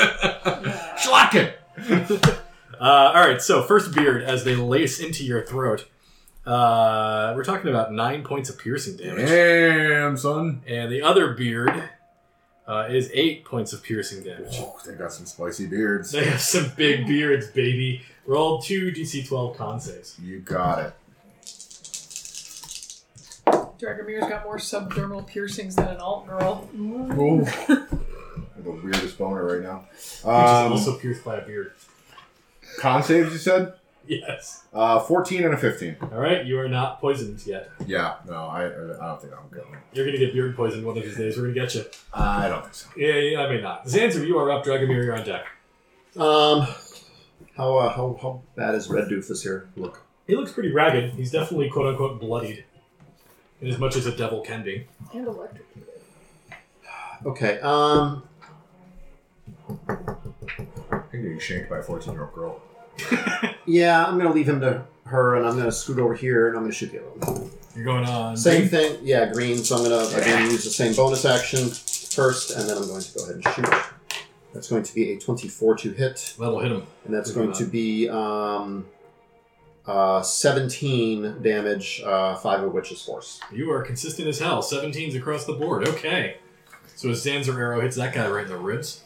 Speaker 3: Schlacken.
Speaker 1: Uh, all right, so first beard as they lace into your throat. Uh, we're talking about nine points of piercing damage.
Speaker 3: Damn, son.
Speaker 1: And the other beard uh, is eight points of piercing damage.
Speaker 3: Oh, they got some spicy beards.
Speaker 1: They have some big beards, baby. Roll two DC 12 con saves.
Speaker 3: You got it.
Speaker 2: Dragomir's got more subdermal piercings than an alt girl.
Speaker 3: Ooh. the weirdest boner right now.
Speaker 1: Which
Speaker 3: Um,
Speaker 1: is also pierced by a beard.
Speaker 3: con saves, you said?
Speaker 1: Yes.
Speaker 3: Uh, 14 and a 15.
Speaker 1: All right, you are not poisoned yet.
Speaker 3: Yeah, no, I, I don't think I'm going.
Speaker 1: You're going to get beard poisoned one of these days. We're going to get you.
Speaker 3: I don't think so.
Speaker 1: Yeah, yeah, I may not. Zanzer, you are up. Dragomir, you're on deck.
Speaker 7: Um, how, uh, how how bad is Red Doofus here? Look,
Speaker 1: He looks pretty ragged. He's definitely quote unquote bloodied. In as much as a devil can be.
Speaker 2: And electrocuted.
Speaker 7: okay. Um,
Speaker 3: I think you're shanked by a 14 year old girl.
Speaker 7: yeah, I'm gonna leave him to her, and I'm gonna scoot over here, and I'm gonna shoot the other one.
Speaker 1: You're going on.
Speaker 7: Same thing, yeah, green. So I'm gonna again use the same bonus action first, and then I'm going to go ahead and shoot. That's going to be a 24 to hit,
Speaker 1: That'll hit him.
Speaker 7: and that's going to be um, uh, 17 damage, uh, five of which is force.
Speaker 1: You are consistent as hell. 17s across the board. Okay. So a Zanzer arrow hits that guy right in the ribs.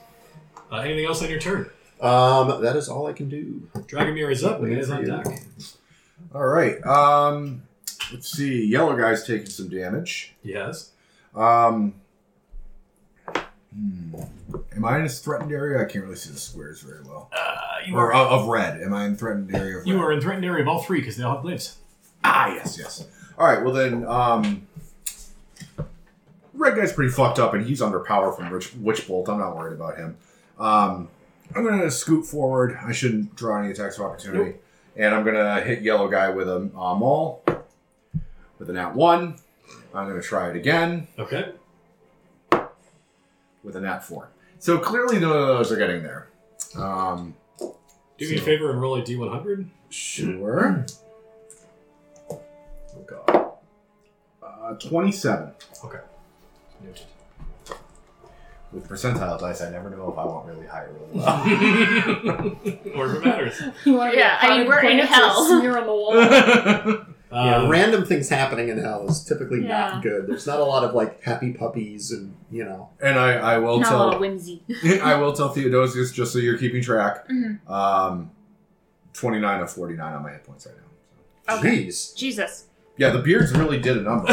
Speaker 1: Uh, anything else on your turn?
Speaker 7: Um, that is all I can do.
Speaker 1: Dragomir is up. and He is on
Speaker 3: Yeah.
Speaker 1: deck.
Speaker 3: All right. Um, let's see. Yellow guy's taking some damage.
Speaker 1: Yes.
Speaker 3: Um, hmm. Am I in a threatened area? I can't really see the squares very well.
Speaker 1: Uh, you are.
Speaker 3: Or of, of red. Am I in threatened area of red?
Speaker 1: You are in threatened area of all three because they all have glaives.
Speaker 3: Ah, yes, yes. All right, well then, um, Red Guy's pretty fucked up, and he's under power from Rich, Witch Bolt. I'm not worried about him. Um, I'm gonna scoot forward. I shouldn't draw any attacks of opportunity, And I'm gonna hit yellow guy with a uh, maul with an at one. I'm gonna try it again
Speaker 1: Okay.
Speaker 3: with an at four. So clearly none of those are getting there. Um,
Speaker 1: Do me a
Speaker 3: So-
Speaker 1: favor and roll a d100.
Speaker 3: sure. Oh god. Uh, Twenty-seven
Speaker 1: Noted.
Speaker 3: with percentile dice. I never know if I want really high or really low.
Speaker 1: or if it matters.
Speaker 6: You want to
Speaker 2: Yeah, I mean, we're in hell. Smear on the wall.
Speaker 7: yeah,
Speaker 1: Um,
Speaker 7: random things happening in hell is typically
Speaker 6: Yeah.
Speaker 7: not good. There's not a lot of like happy puppies and you know.
Speaker 3: And I, I will
Speaker 6: Not a lot of
Speaker 3: tell
Speaker 6: whimsy.
Speaker 3: I will tell Theodosius just so you're keeping track.
Speaker 6: Mhm.
Speaker 3: Um, twenty nine of forty nine on my hit points right now. So.
Speaker 7: Jeez.
Speaker 6: Jesus.
Speaker 3: Yeah, the beards really did a number.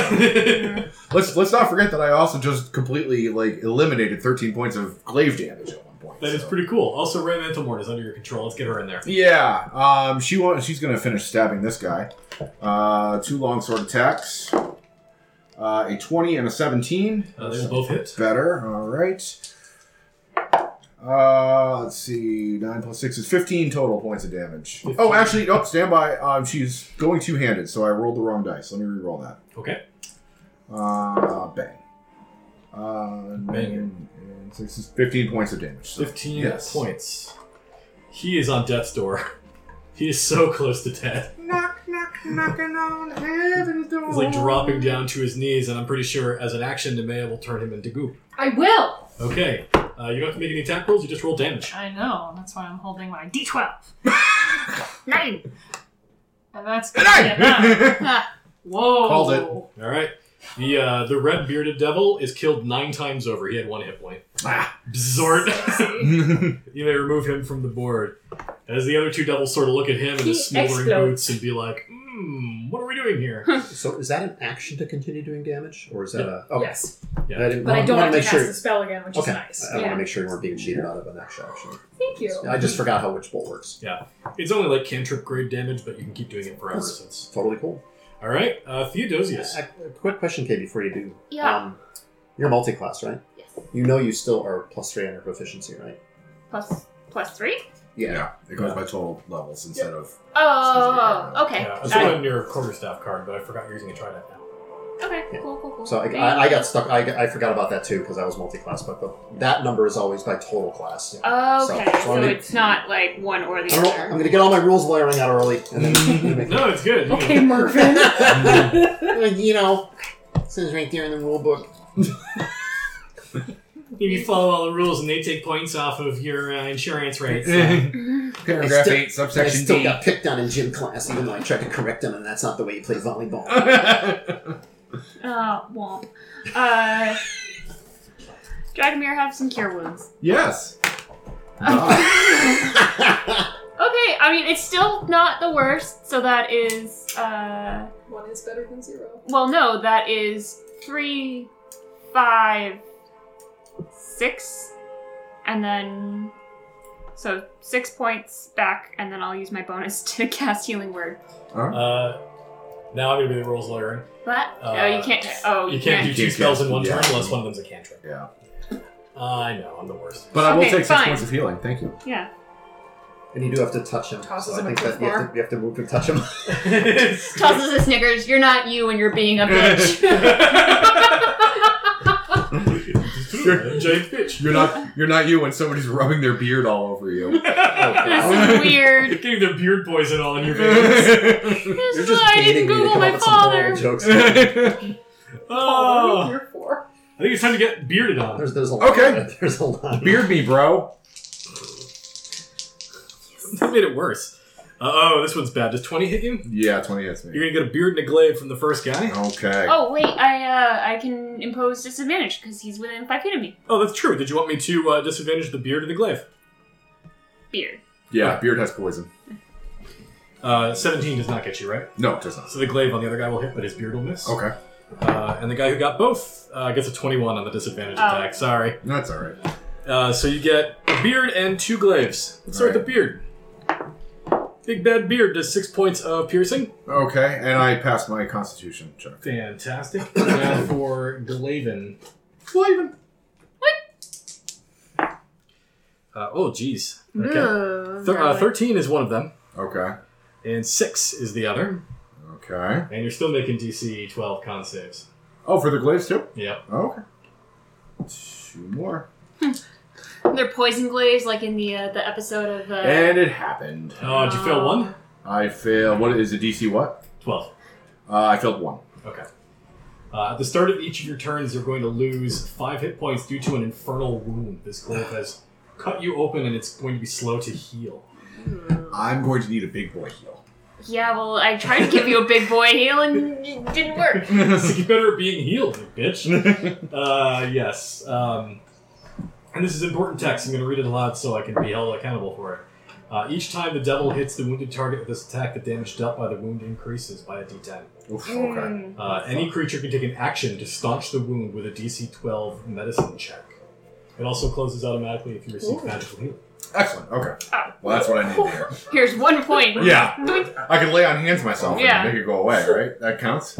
Speaker 3: let's let's not forget that I also just completely like eliminated thirteen points of glaive damage at one point.
Speaker 1: That is
Speaker 3: so.
Speaker 1: pretty cool. Also, Ray Mantelmorn is under your control. Let's get her in there.
Speaker 3: Yeah, um, she wants. She's gonna finish stabbing this guy. Uh, two longsword attacks. Uh, a twenty and a seventeen.
Speaker 1: Uh, they will both hit.
Speaker 3: Better. All right. Uh, let's see. Nine plus six is fifteen total points of damage. Oh, actually, oh, stand by. Um, she's going two-handed, so I rolled the wrong dice. Let me re-roll that.
Speaker 1: Okay.
Speaker 3: Uh, bang. Uh,
Speaker 1: Bang it.
Speaker 3: nine and six is fifteen points of damage. so-
Speaker 1: 15
Speaker 3: Yes.
Speaker 1: points. He is on death's door. He is so close to death.
Speaker 3: Knock, knock, knocking on heaven's door.
Speaker 1: He's like dropping down to his knees, and I'm pretty sure as an action, Nemea will turn him into goop.
Speaker 2: I will.
Speaker 1: Okay. Uh, you don't have to make any attack rolls, you just roll damage.
Speaker 2: I know. That's why I'm holding my D12.
Speaker 6: Nine.
Speaker 2: And that's
Speaker 3: And I-
Speaker 2: Whoa.
Speaker 3: Called it.
Speaker 1: Alright. The uh, the red bearded devil is killed nine times over. He had one hit point.
Speaker 3: Ah.
Speaker 1: Bzort. you may remove him from the board. As the other two devils sort of look at him and
Speaker 2: He
Speaker 1: his smoldering
Speaker 2: explodes.
Speaker 1: boots and be like, hmm, what are we doing here?
Speaker 7: So is that an action to continue doing damage, or is that a? Okay.
Speaker 2: Yes.
Speaker 1: Yeah.
Speaker 7: I didn't,
Speaker 2: But I
Speaker 7: wanna-
Speaker 2: don't
Speaker 7: wanna
Speaker 2: have to
Speaker 7: make
Speaker 2: cast
Speaker 7: sure.
Speaker 2: the spell again, which
Speaker 7: okay.
Speaker 2: is nice.
Speaker 7: I, want
Speaker 6: Yeah.
Speaker 7: to make sure you weren't being cheated out of an extra action.
Speaker 2: Thank you.
Speaker 7: I just forgot how witch bolt works.
Speaker 1: It's only like cantrip grade damage, but you can keep doing it forever
Speaker 7: That's-
Speaker 1: since.
Speaker 7: Totally cool.
Speaker 1: All right, uh, Theodosius.
Speaker 7: A, a quick question, Kay, before you do.
Speaker 6: Yeah.
Speaker 7: Um, you're multi-class, right?
Speaker 6: Yes.
Speaker 7: You know you still are plus three on your proficiency, right?
Speaker 6: Plus plus three.
Speaker 3: yeah. it goes by total levels instead of.
Speaker 6: Oh, okay.
Speaker 1: Yeah, I was
Speaker 6: Got it.
Speaker 1: putting on your quarterstaff card, but I forgot you're using a trident now.
Speaker 6: Okay.
Speaker 7: Yeah.
Speaker 6: Cool. Cool. Cool.
Speaker 7: So I, I, I got stuck. I, got- I forgot about that too because I was multi-class, but, but that number is always by total class.
Speaker 6: Oh, Okay,
Speaker 7: so
Speaker 6: so,
Speaker 7: I wanna make-
Speaker 6: it's not like one or the
Speaker 7: I'm,
Speaker 6: other.
Speaker 7: I'm going to get all my rules wiring out early, and then make
Speaker 1: No, it's good. You
Speaker 2: Okay,
Speaker 1: can-
Speaker 2: Mervin.
Speaker 7: you know, it says right there in the rule book.
Speaker 1: If you follow all the rules and they take points off of your uh, insurance rates. so-
Speaker 3: Paragraph
Speaker 7: I still-
Speaker 3: eight,
Speaker 7: I
Speaker 3: subsection
Speaker 7: still
Speaker 3: D.
Speaker 7: got picked on in gym class, even though I tried to correct him, and that's not the way you play volleyball.
Speaker 6: Uh, womp. Uh, Dragomir have some cure wounds.
Speaker 3: yes.
Speaker 6: Okay, I mean it's still not the worst. So that is uh,
Speaker 2: One is better than zero.
Speaker 6: well, no, that is three, five, six, and then so six points back, and then I'll use my bonus to cast healing word.
Speaker 1: Uh, now I'm going to be the rules lawyering.
Speaker 6: But
Speaker 1: Uh,
Speaker 6: oh, you can't. Oh,
Speaker 1: You can't do
Speaker 3: You
Speaker 1: two
Speaker 3: can't
Speaker 1: spells
Speaker 3: cast-
Speaker 1: in one
Speaker 3: yeah.
Speaker 1: turn unless one of them's a cantrip.
Speaker 3: Yeah.
Speaker 1: Uh, I know, I'm the worst.
Speaker 3: But I will
Speaker 6: Okay,
Speaker 3: take six
Speaker 6: fine.
Speaker 3: points of healing. Thank you.
Speaker 6: Yeah.
Speaker 7: and you do have to touch him.
Speaker 2: Tosses
Speaker 7: so
Speaker 2: him
Speaker 7: I
Speaker 2: a
Speaker 7: think that you have,
Speaker 2: crowbar.
Speaker 7: to, you have to move to touch him.
Speaker 6: Tosses the Snickers. You're not you, and you're being a bitch.
Speaker 1: You're a giant bitch.
Speaker 3: You're not. You're not you when somebody's rubbing their beard all over you.
Speaker 6: this is weird.
Speaker 1: Getting their beard poison all in your veins.
Speaker 6: This
Speaker 7: You're
Speaker 6: is
Speaker 7: just
Speaker 6: why I
Speaker 7: baiting
Speaker 6: didn't
Speaker 7: me to
Speaker 6: Google
Speaker 7: come up
Speaker 6: my
Speaker 7: with some horrible
Speaker 6: father.
Speaker 7: jokes.
Speaker 2: Oh, what are you
Speaker 1: oh,
Speaker 2: here for?
Speaker 1: I think it's time to get bearded on.
Speaker 7: There's, there's a lot.
Speaker 3: Okay.
Speaker 7: There's a lot.
Speaker 3: Beard me, bro.
Speaker 1: That made it worse. Uh oh, this one's bad. Does 20 hit you?
Speaker 3: Yeah, twenty hits
Speaker 1: You're
Speaker 3: me.
Speaker 1: gonna get a beard and a glaive from the first guy?
Speaker 3: Okay.
Speaker 6: Oh wait, I uh, I can impose disadvantage because he's within five feet of me.
Speaker 1: Oh, that's true. Did you want me to uh, disadvantage the beard or the glaive?
Speaker 6: Beard.
Speaker 3: Yeah, beard has poison.
Speaker 1: Uh, 17 does not get you, right?
Speaker 3: No, it does not.
Speaker 1: So the glaive on the other guy will hit, but his beard will miss.
Speaker 3: Okay,
Speaker 1: Uh, and the guy who got both uh, gets a 21 on the disadvantage
Speaker 6: Oh.
Speaker 1: attack. Sorry.
Speaker 3: that's all right.
Speaker 1: Uh, so you get a beard and two glaives. Let's start with
Speaker 3: Alright.
Speaker 1: the beard. Big bad beard does six points of piercing.
Speaker 3: Okay, and I passed my Constitution check.
Speaker 1: Fantastic. now for Glaven.
Speaker 3: Flavin.
Speaker 1: Uh, oh, jeez. Okay. Thir- uh, 13 uh, is one of them.
Speaker 3: Okay.
Speaker 1: and six is the other.
Speaker 3: Okay.
Speaker 1: And you're still making DC 12 con saves.
Speaker 3: Oh, for the glaives too?
Speaker 1: Yep.
Speaker 3: Okay. Two more.
Speaker 6: They're poison glaives, like in the uh, the episode of. Uh,
Speaker 7: Eh.
Speaker 3: And it happened.
Speaker 1: Oh, did you fail one?
Speaker 3: I failed. What is it? DC what?
Speaker 1: 12.
Speaker 3: Uh, I failed one.
Speaker 1: Okay. Uh, at the start of each of your turns, you're going to lose five hit points due to an infernal wound. This glaive has cut you open and it's going to be slow to heal.
Speaker 3: I'm going to need a big boy heal.
Speaker 6: yeah, well, I tried to give you a big boy heal and it didn't work.
Speaker 1: so you better being healed, you bitch. uh, yes. Um, and this is important text. I'm going to read it aloud so I can be held accountable for it. Uh, each time the devil hits the wounded target with this attack, the damage dealt by the wound increases by a d10.
Speaker 3: Oof, okay.
Speaker 6: Hmm.
Speaker 1: Uh, any creature can take an action to staunch the wound with a DC 12 medicine check. It also closes automatically if you receive magical healing.
Speaker 3: Excellent. Okay. Well, that's what I need to hear.
Speaker 6: Here's one point.
Speaker 3: Yeah. I can lay on hands myself
Speaker 6: Yeah.
Speaker 3: and make it go away, right? That counts?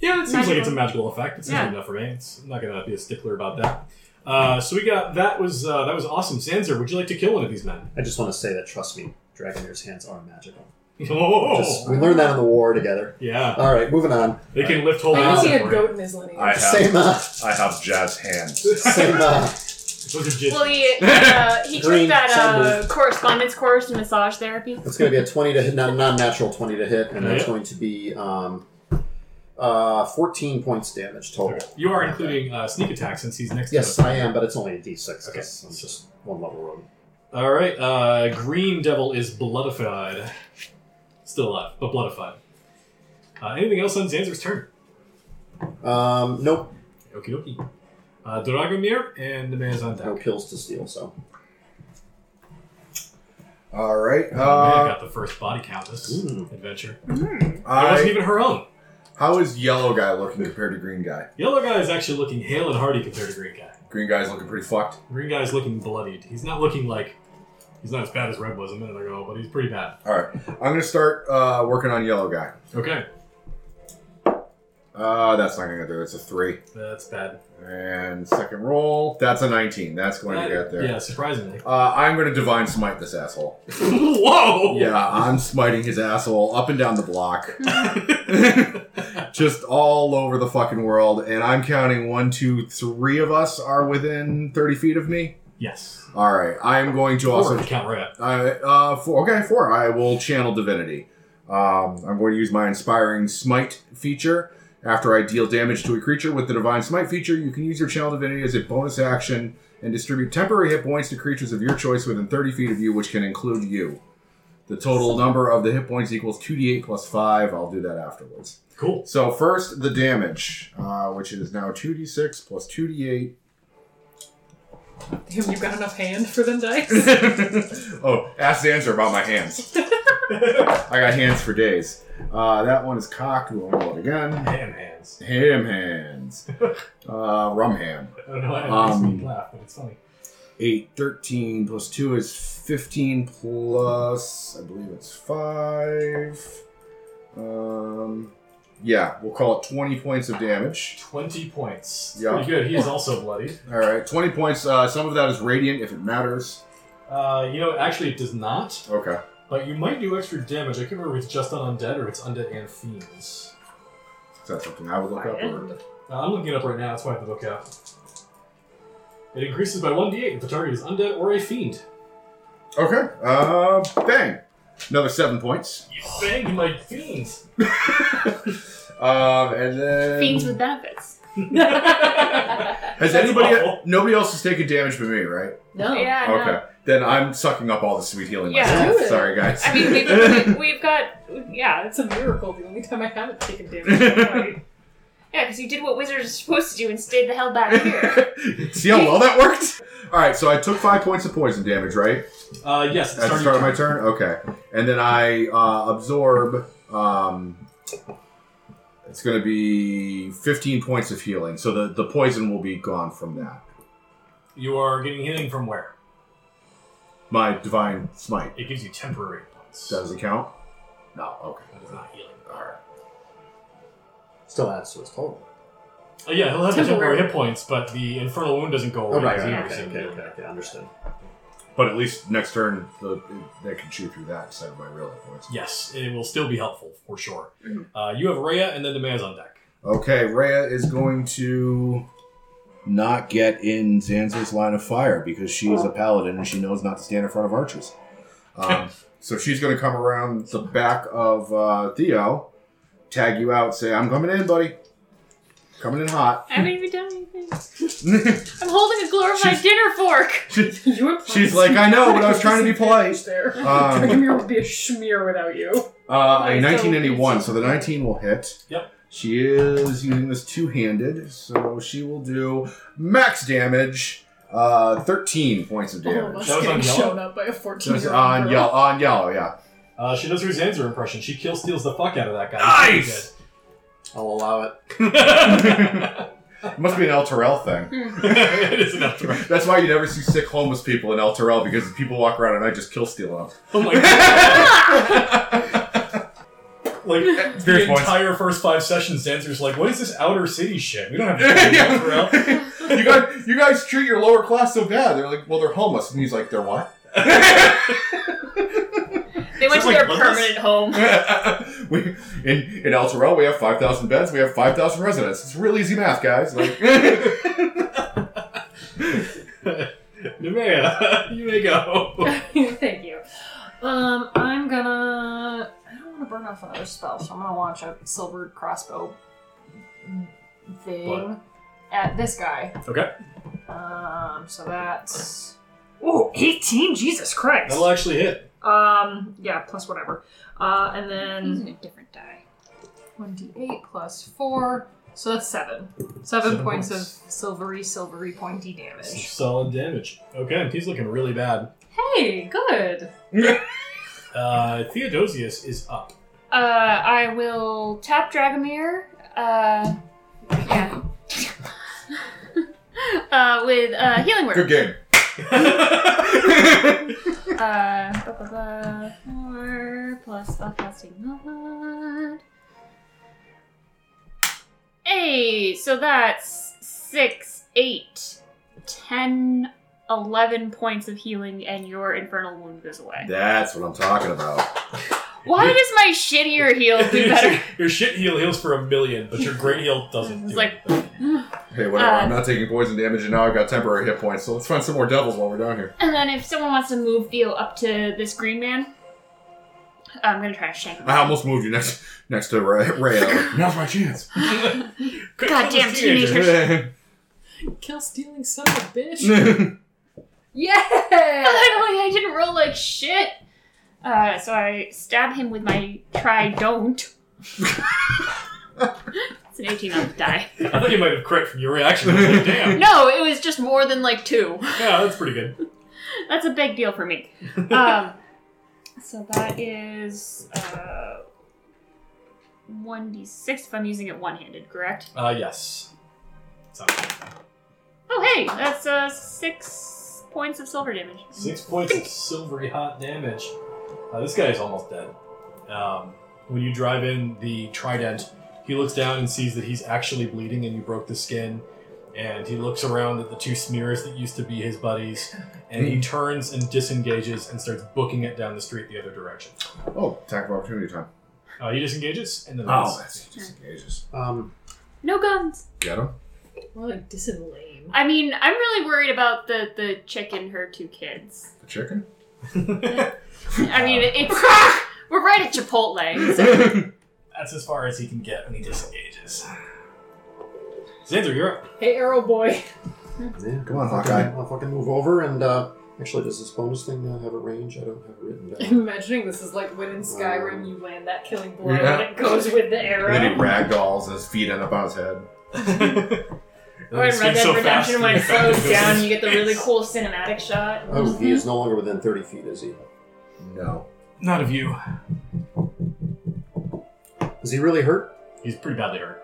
Speaker 1: Yeah, it seems like it's a
Speaker 6: Magical.
Speaker 1: magical effect. It's
Speaker 6: Yeah.
Speaker 1: enough for me. It's, I'm not gonna be a stickler about that. Uh, so we got that was uh, that was awesome. Sanzer, would you like to kill one of these men?
Speaker 7: I just want to say that, trust me, Dragonair's hands are magical.
Speaker 1: Oh,
Speaker 7: Just- we learned that in the war together.
Speaker 1: yeah,
Speaker 7: All right, moving on.
Speaker 1: they can lift whole
Speaker 7: I
Speaker 2: I
Speaker 7: Uh,
Speaker 1: hands.
Speaker 2: see a
Speaker 1: up for you.
Speaker 2: goat in his lineage.
Speaker 8: I have,
Speaker 7: Same, uh,
Speaker 8: I have jazz hands.
Speaker 7: same, uh,
Speaker 1: Those are
Speaker 6: Well,
Speaker 1: just
Speaker 6: he, uh, he took
Speaker 7: Green
Speaker 6: that uh,
Speaker 7: sandals.
Speaker 6: correspondence course in massage therapy.
Speaker 7: It's going to be a 20 to hit, not non-natural 20 to hit, and that's
Speaker 1: Yeah.
Speaker 7: going to be um, uh, 14 points damage total.
Speaker 1: you are including uh, sneak attack since he's next.
Speaker 7: Yes,
Speaker 1: to us.
Speaker 7: I am, but it's only a d6. 'cause
Speaker 1: Okay.
Speaker 7: I'm just one level rogue.
Speaker 1: All right. Uh, Green Devil is bloodified. Still alive, but bloodified. Uh, anything else on Zanzer's turn?
Speaker 7: Um, nope,
Speaker 1: Okie dokie. Uh, Dragomir and the man is on deck.
Speaker 7: no kills to steal, so.
Speaker 3: All right.
Speaker 1: I
Speaker 3: Uh,
Speaker 1: got the first body count this
Speaker 7: Ooh.
Speaker 1: adventure. It wasn't
Speaker 3: I,
Speaker 1: even her own.
Speaker 3: how is yellow guy looking compared to green guy?
Speaker 1: Yellow guy is actually looking hale and hearty compared to Green guy.
Speaker 3: Green guy's looking pretty fucked.
Speaker 1: Green guy is looking bloodied. He's not looking like he's not as bad as Red was a minute ago, but he's pretty bad.
Speaker 3: All right. I'm going to start uh, working on yellow guy.
Speaker 1: Okay,
Speaker 3: Uh, that's not going to do it. It's a three.
Speaker 1: that's bad.
Speaker 3: And second roll. That's a 19. That's going
Speaker 1: That-
Speaker 3: to get there.
Speaker 1: Yeah, surprisingly.
Speaker 3: Uh, I'm going to divine smite this asshole.
Speaker 1: Whoa!
Speaker 3: Yeah, I'm smiting his asshole up and down the block. Just all over the fucking world. And I'm counting one, two, three of us are within 30 feet of me.
Speaker 1: Yes.
Speaker 3: All right. I am going to
Speaker 1: Also,
Speaker 3: also.
Speaker 1: to count right up.
Speaker 3: I, uh, four. Okay, four. I will channel divinity. Um, I'm going to use my inspiring smite feature. After I deal damage to a creature with the divine smite feature, you can use your channel divinity as a bonus action and distribute temporary hit points to creatures of your choice within 30 feet of you, which can include you. The total number of the hit points equals 2d8 plus 5. I'll do that afterwards.
Speaker 1: Cool.
Speaker 3: So, first, the damage, uh, which is now 2d6 plus 2d8
Speaker 2: Damn, you got enough hand for them dice?
Speaker 3: oh, ask the answer about my hands. I got hands for days. Uh, that one is cocked. We'll roll it again.
Speaker 1: Man hands.
Speaker 3: Ham hands. Uh, rum ham.
Speaker 1: I don't know why that makes
Speaker 3: Um,
Speaker 1: me laugh, but it's funny.
Speaker 3: 8, 13 plus 2 is 15 plus, I believe it's 5. Um, yeah, we'll call it 20 points of damage.
Speaker 1: 20 points.
Speaker 3: Yeah.
Speaker 1: Pretty good. He is also bloodied.
Speaker 3: All right, 20 points. Uh, some of that is radiant if it matters.
Speaker 1: Uh, you know, actually, it does not,
Speaker 3: Okay.
Speaker 1: but you might do extra damage. I can't remember if it's just on undead or it's undead and fiends.
Speaker 3: Is that something I would look up? Or...
Speaker 1: Uh, I'm looking it up right now. That's why I have the book out. It increases by 1d8 if the target is undead or a fiend.
Speaker 3: Okay. Uh, bang. Another 7 points.
Speaker 1: You banged my fiends!
Speaker 3: Um, and then
Speaker 6: Fiends with benefits.
Speaker 3: has
Speaker 1: That's
Speaker 3: anybody
Speaker 1: awful.
Speaker 3: nobody else has taken damage but me, right?
Speaker 7: Oh,
Speaker 2: No.
Speaker 6: Yeah, no.
Speaker 3: Okay, then I'm sucking up all the sweet healing.
Speaker 6: Yeah.
Speaker 3: myself.
Speaker 2: Do it.
Speaker 3: sorry guys.
Speaker 6: I mean, we've, we- we've got yeah,
Speaker 2: That's a miracle. The only time I haven't taken damage.
Speaker 6: yeah, because you did what wizards are supposed to do and stayed the hell back here.
Speaker 3: See how well that worked? All right, so I took five points of poison damage, right?
Speaker 1: Uh, yes, it's
Speaker 3: At
Speaker 1: starting
Speaker 3: the start of my
Speaker 1: to
Speaker 3: turn. Okay, and then I uh, absorb. Um, it's going to be 15 points of healing, so the the poison will be gone from that.
Speaker 1: You are getting healing from where?
Speaker 3: My divine smite
Speaker 1: It gives you temporary points.
Speaker 3: does it count? No. Okay.
Speaker 1: That is not healing.
Speaker 3: All right.
Speaker 7: Still adds to his total.
Speaker 1: Uh, yeah, he'll have the temporary
Speaker 2: Temporary.
Speaker 1: hit points, but the infernal wound doesn't go away.
Speaker 7: Oh, right,
Speaker 1: He's
Speaker 7: right,
Speaker 1: not
Speaker 7: okay,
Speaker 1: receiving
Speaker 7: okay,
Speaker 1: healing.
Speaker 7: okay, okay, understood.
Speaker 3: But at least next turn, the, they can chew through that instead of my real hit points.
Speaker 1: Yes, it will still be helpful for sure. Uh, you have Rhea and then the man's on deck.
Speaker 3: Okay, Rhea is going to not get in Zanza's line of fire because she is a paladin and she knows not to stand in front of archers. Um, so she's going to come around the back of uh, Theo, tag you out, say, I'm coming in, buddy. Coming in hot.
Speaker 6: I haven't even done anything. I'm holding a glorified dinner fork.
Speaker 9: you were
Speaker 3: she's like, I know, but I was trying to be polite.
Speaker 9: there.
Speaker 3: Um,
Speaker 9: Dragomir would be a smear without you.
Speaker 3: Uh, a
Speaker 6: Wait, so-
Speaker 3: 1981, so the 19 will hit.
Speaker 1: Yep.
Speaker 3: She is using this two handed, so she will do max damage, uh, 13 points of
Speaker 2: Oh,
Speaker 9: All of
Speaker 3: damage.
Speaker 9: us
Speaker 1: That was on
Speaker 9: getting
Speaker 1: yellow?
Speaker 9: shown up by a 14
Speaker 3: Just
Speaker 9: year
Speaker 3: on
Speaker 9: old.
Speaker 3: yellow, on yellow, yeah.
Speaker 1: Uh, she does her Zanzer impression. She kill steals the fuck out of that guy.
Speaker 3: Nice!
Speaker 7: I'll allow it.
Speaker 3: Must be an El Terrell thing.
Speaker 1: it is enough to
Speaker 3: That's why you never see sick homeless people in El Terrell because people walk around and I just kill steal
Speaker 1: Oh my god.
Speaker 3: them.
Speaker 1: Like, the
Speaker 3: Experience points.
Speaker 1: entire first five sessions, Zanzer's like, what is this outer city shit? We don't have to
Speaker 3: Yeah.
Speaker 1: for real.
Speaker 3: you guys, you guys treat your lower class so bad. They're like, well, they're homeless, and he's like, they're what?
Speaker 6: They went
Speaker 1: Is
Speaker 6: to
Speaker 1: it
Speaker 6: their
Speaker 1: like Lindis?
Speaker 6: permanent home.
Speaker 3: we in in El Terrell, we have five thousand beds. We have five thousand residents. It's real easy math, guys. Like,
Speaker 1: Nemea, you may go.
Speaker 2: Thank you. Um, I'm gonna. I don't want to burn off another spell, so I'm gonna launch a silvered crossbow thing
Speaker 1: What?
Speaker 2: at this guy.
Speaker 1: Okay.
Speaker 2: Um, so that's. Ooh, 18? Jesus Christ!
Speaker 1: That'll actually hit.
Speaker 2: Um, yeah, plus whatever. Uh, and then
Speaker 6: Using a different die.
Speaker 2: 1d8 plus 4. So that's 7. 7,
Speaker 1: Seven
Speaker 2: points,
Speaker 1: points.
Speaker 2: of silvery, silvery, pointy damage.
Speaker 1: Solid damage. Okay, he's looking really bad.
Speaker 2: Hey, good!
Speaker 1: Uh, Theodosius is up.
Speaker 6: Uh, I will tap Dragomir. Uh, yeah. uh, with uh, healing word.
Speaker 3: good game.
Speaker 6: Uh, blah, blah, blah, four plus spellcasting mod. Hey, so that's six, eight, ten, eleven points of healing, and your infernal wound goes away.
Speaker 3: That's what I'm talking about.
Speaker 6: Why does my shittier heal do better?
Speaker 1: your shit heal heals for a million, but your great heal doesn't.
Speaker 6: It's
Speaker 1: do
Speaker 6: like-
Speaker 1: anything.
Speaker 3: Hey, whatever.
Speaker 6: Uh,
Speaker 3: I'm not taking poison damage, and now I've got temporary hit points. So let's find some more devils while we're down here.
Speaker 6: And then if someone wants to move Theo up to this green man, I'm gonna try to shank him.
Speaker 3: I almost moved you next next to Ray. Ray. Now's my chance.
Speaker 1: Quick,
Speaker 6: Goddamn
Speaker 1: kill this teenager.
Speaker 6: teenagers.
Speaker 9: Kill stealing son of a bitch.
Speaker 2: Yeah!
Speaker 6: Finally, I didn't roll like shit. Uh, so I stab him with my try don't. it's an 18 on the die.
Speaker 1: I thought you might have crit from your reaction. I was like, Damn.
Speaker 6: No, it was just more than like two.
Speaker 1: Yeah, that's pretty good.
Speaker 6: That's a big deal for me. Um, so that is uh, 1d6 if I'm using it one handed, correct?
Speaker 1: Uh, yes. So,
Speaker 6: Oh, hey, that's uh, six points of silver damage.
Speaker 1: six points of silvery hot damage. Uh, this guy is almost dead. Um, when you drive in the trident, he looks down and sees that he's actually bleeding and you broke the skin. And he looks around at the two smears that used to be his buddies. And he turns and disengages and starts booking it down the street the other direction.
Speaker 3: oh, attack of opportunity time.
Speaker 1: Uh, he disengages and then
Speaker 3: Oh,
Speaker 1: runs.
Speaker 3: that's disengages.
Speaker 7: Um,
Speaker 6: No guns.
Speaker 3: Get him.
Speaker 9: More like disenlame.
Speaker 6: I mean, I'm really worried about the, the chick and her two kids.
Speaker 3: The chicken.
Speaker 6: I mean, it's we're right at Chipotle. So.
Speaker 1: That's as far as he can get when he disengages. Xander, you're up.
Speaker 9: Hey, Arrow Boy.
Speaker 7: yeah,
Speaker 3: Come on,
Speaker 7: I'll fucking-
Speaker 3: Hawkeye.
Speaker 7: I'll fucking move over and uh, actually, does this bonus thing uh, have a range? I don't have it written
Speaker 9: I'm
Speaker 7: down.
Speaker 9: imagining this is like when in Skyrim you land that killing blow
Speaker 3: Yeah.
Speaker 9: and it goes with the
Speaker 3: And then he
Speaker 9: arrow.
Speaker 3: ragdolls, and his feet end up on his head.
Speaker 6: Oh, Or in Red Dead Redemption, when it slows down, you get the really cool cinematic shot.
Speaker 7: Oh, he is no longer within thirty feet, is he?
Speaker 3: No.
Speaker 1: Not of you.
Speaker 7: Is he really hurt?
Speaker 1: He's pretty badly hurt.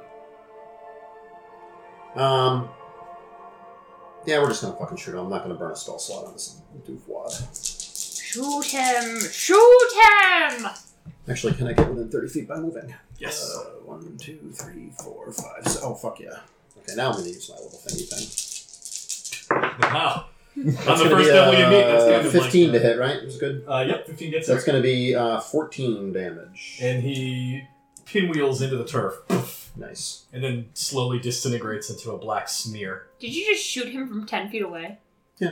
Speaker 7: Um, yeah, we're just gonna fucking shoot him. I'm not gonna burn a spell slot on this doofwad.
Speaker 6: Shoot him! Shoot him!
Speaker 7: Actually, can I get within thirty feet by moving?
Speaker 1: Yes.
Speaker 7: Uh, one, two, three, four, five. s- Oh fuck yeah. Okay, now I'm gonna use my little thingy thing.
Speaker 1: Uh, Wow. On the
Speaker 7: That's gonna
Speaker 1: first
Speaker 7: be,
Speaker 1: devil you meet, that's the
Speaker 7: uh,
Speaker 1: end of like,
Speaker 7: Fifteen to hit, right? It was good.
Speaker 1: Uh, yep, 15 gets
Speaker 7: So that's
Speaker 1: there.
Speaker 7: going to be uh, fourteen damage.
Speaker 1: And he pinwheels into the turf
Speaker 7: nice.
Speaker 1: and then slowly disintegrates into a black smear.
Speaker 6: Did you just shoot him from ten feet away?
Speaker 1: You're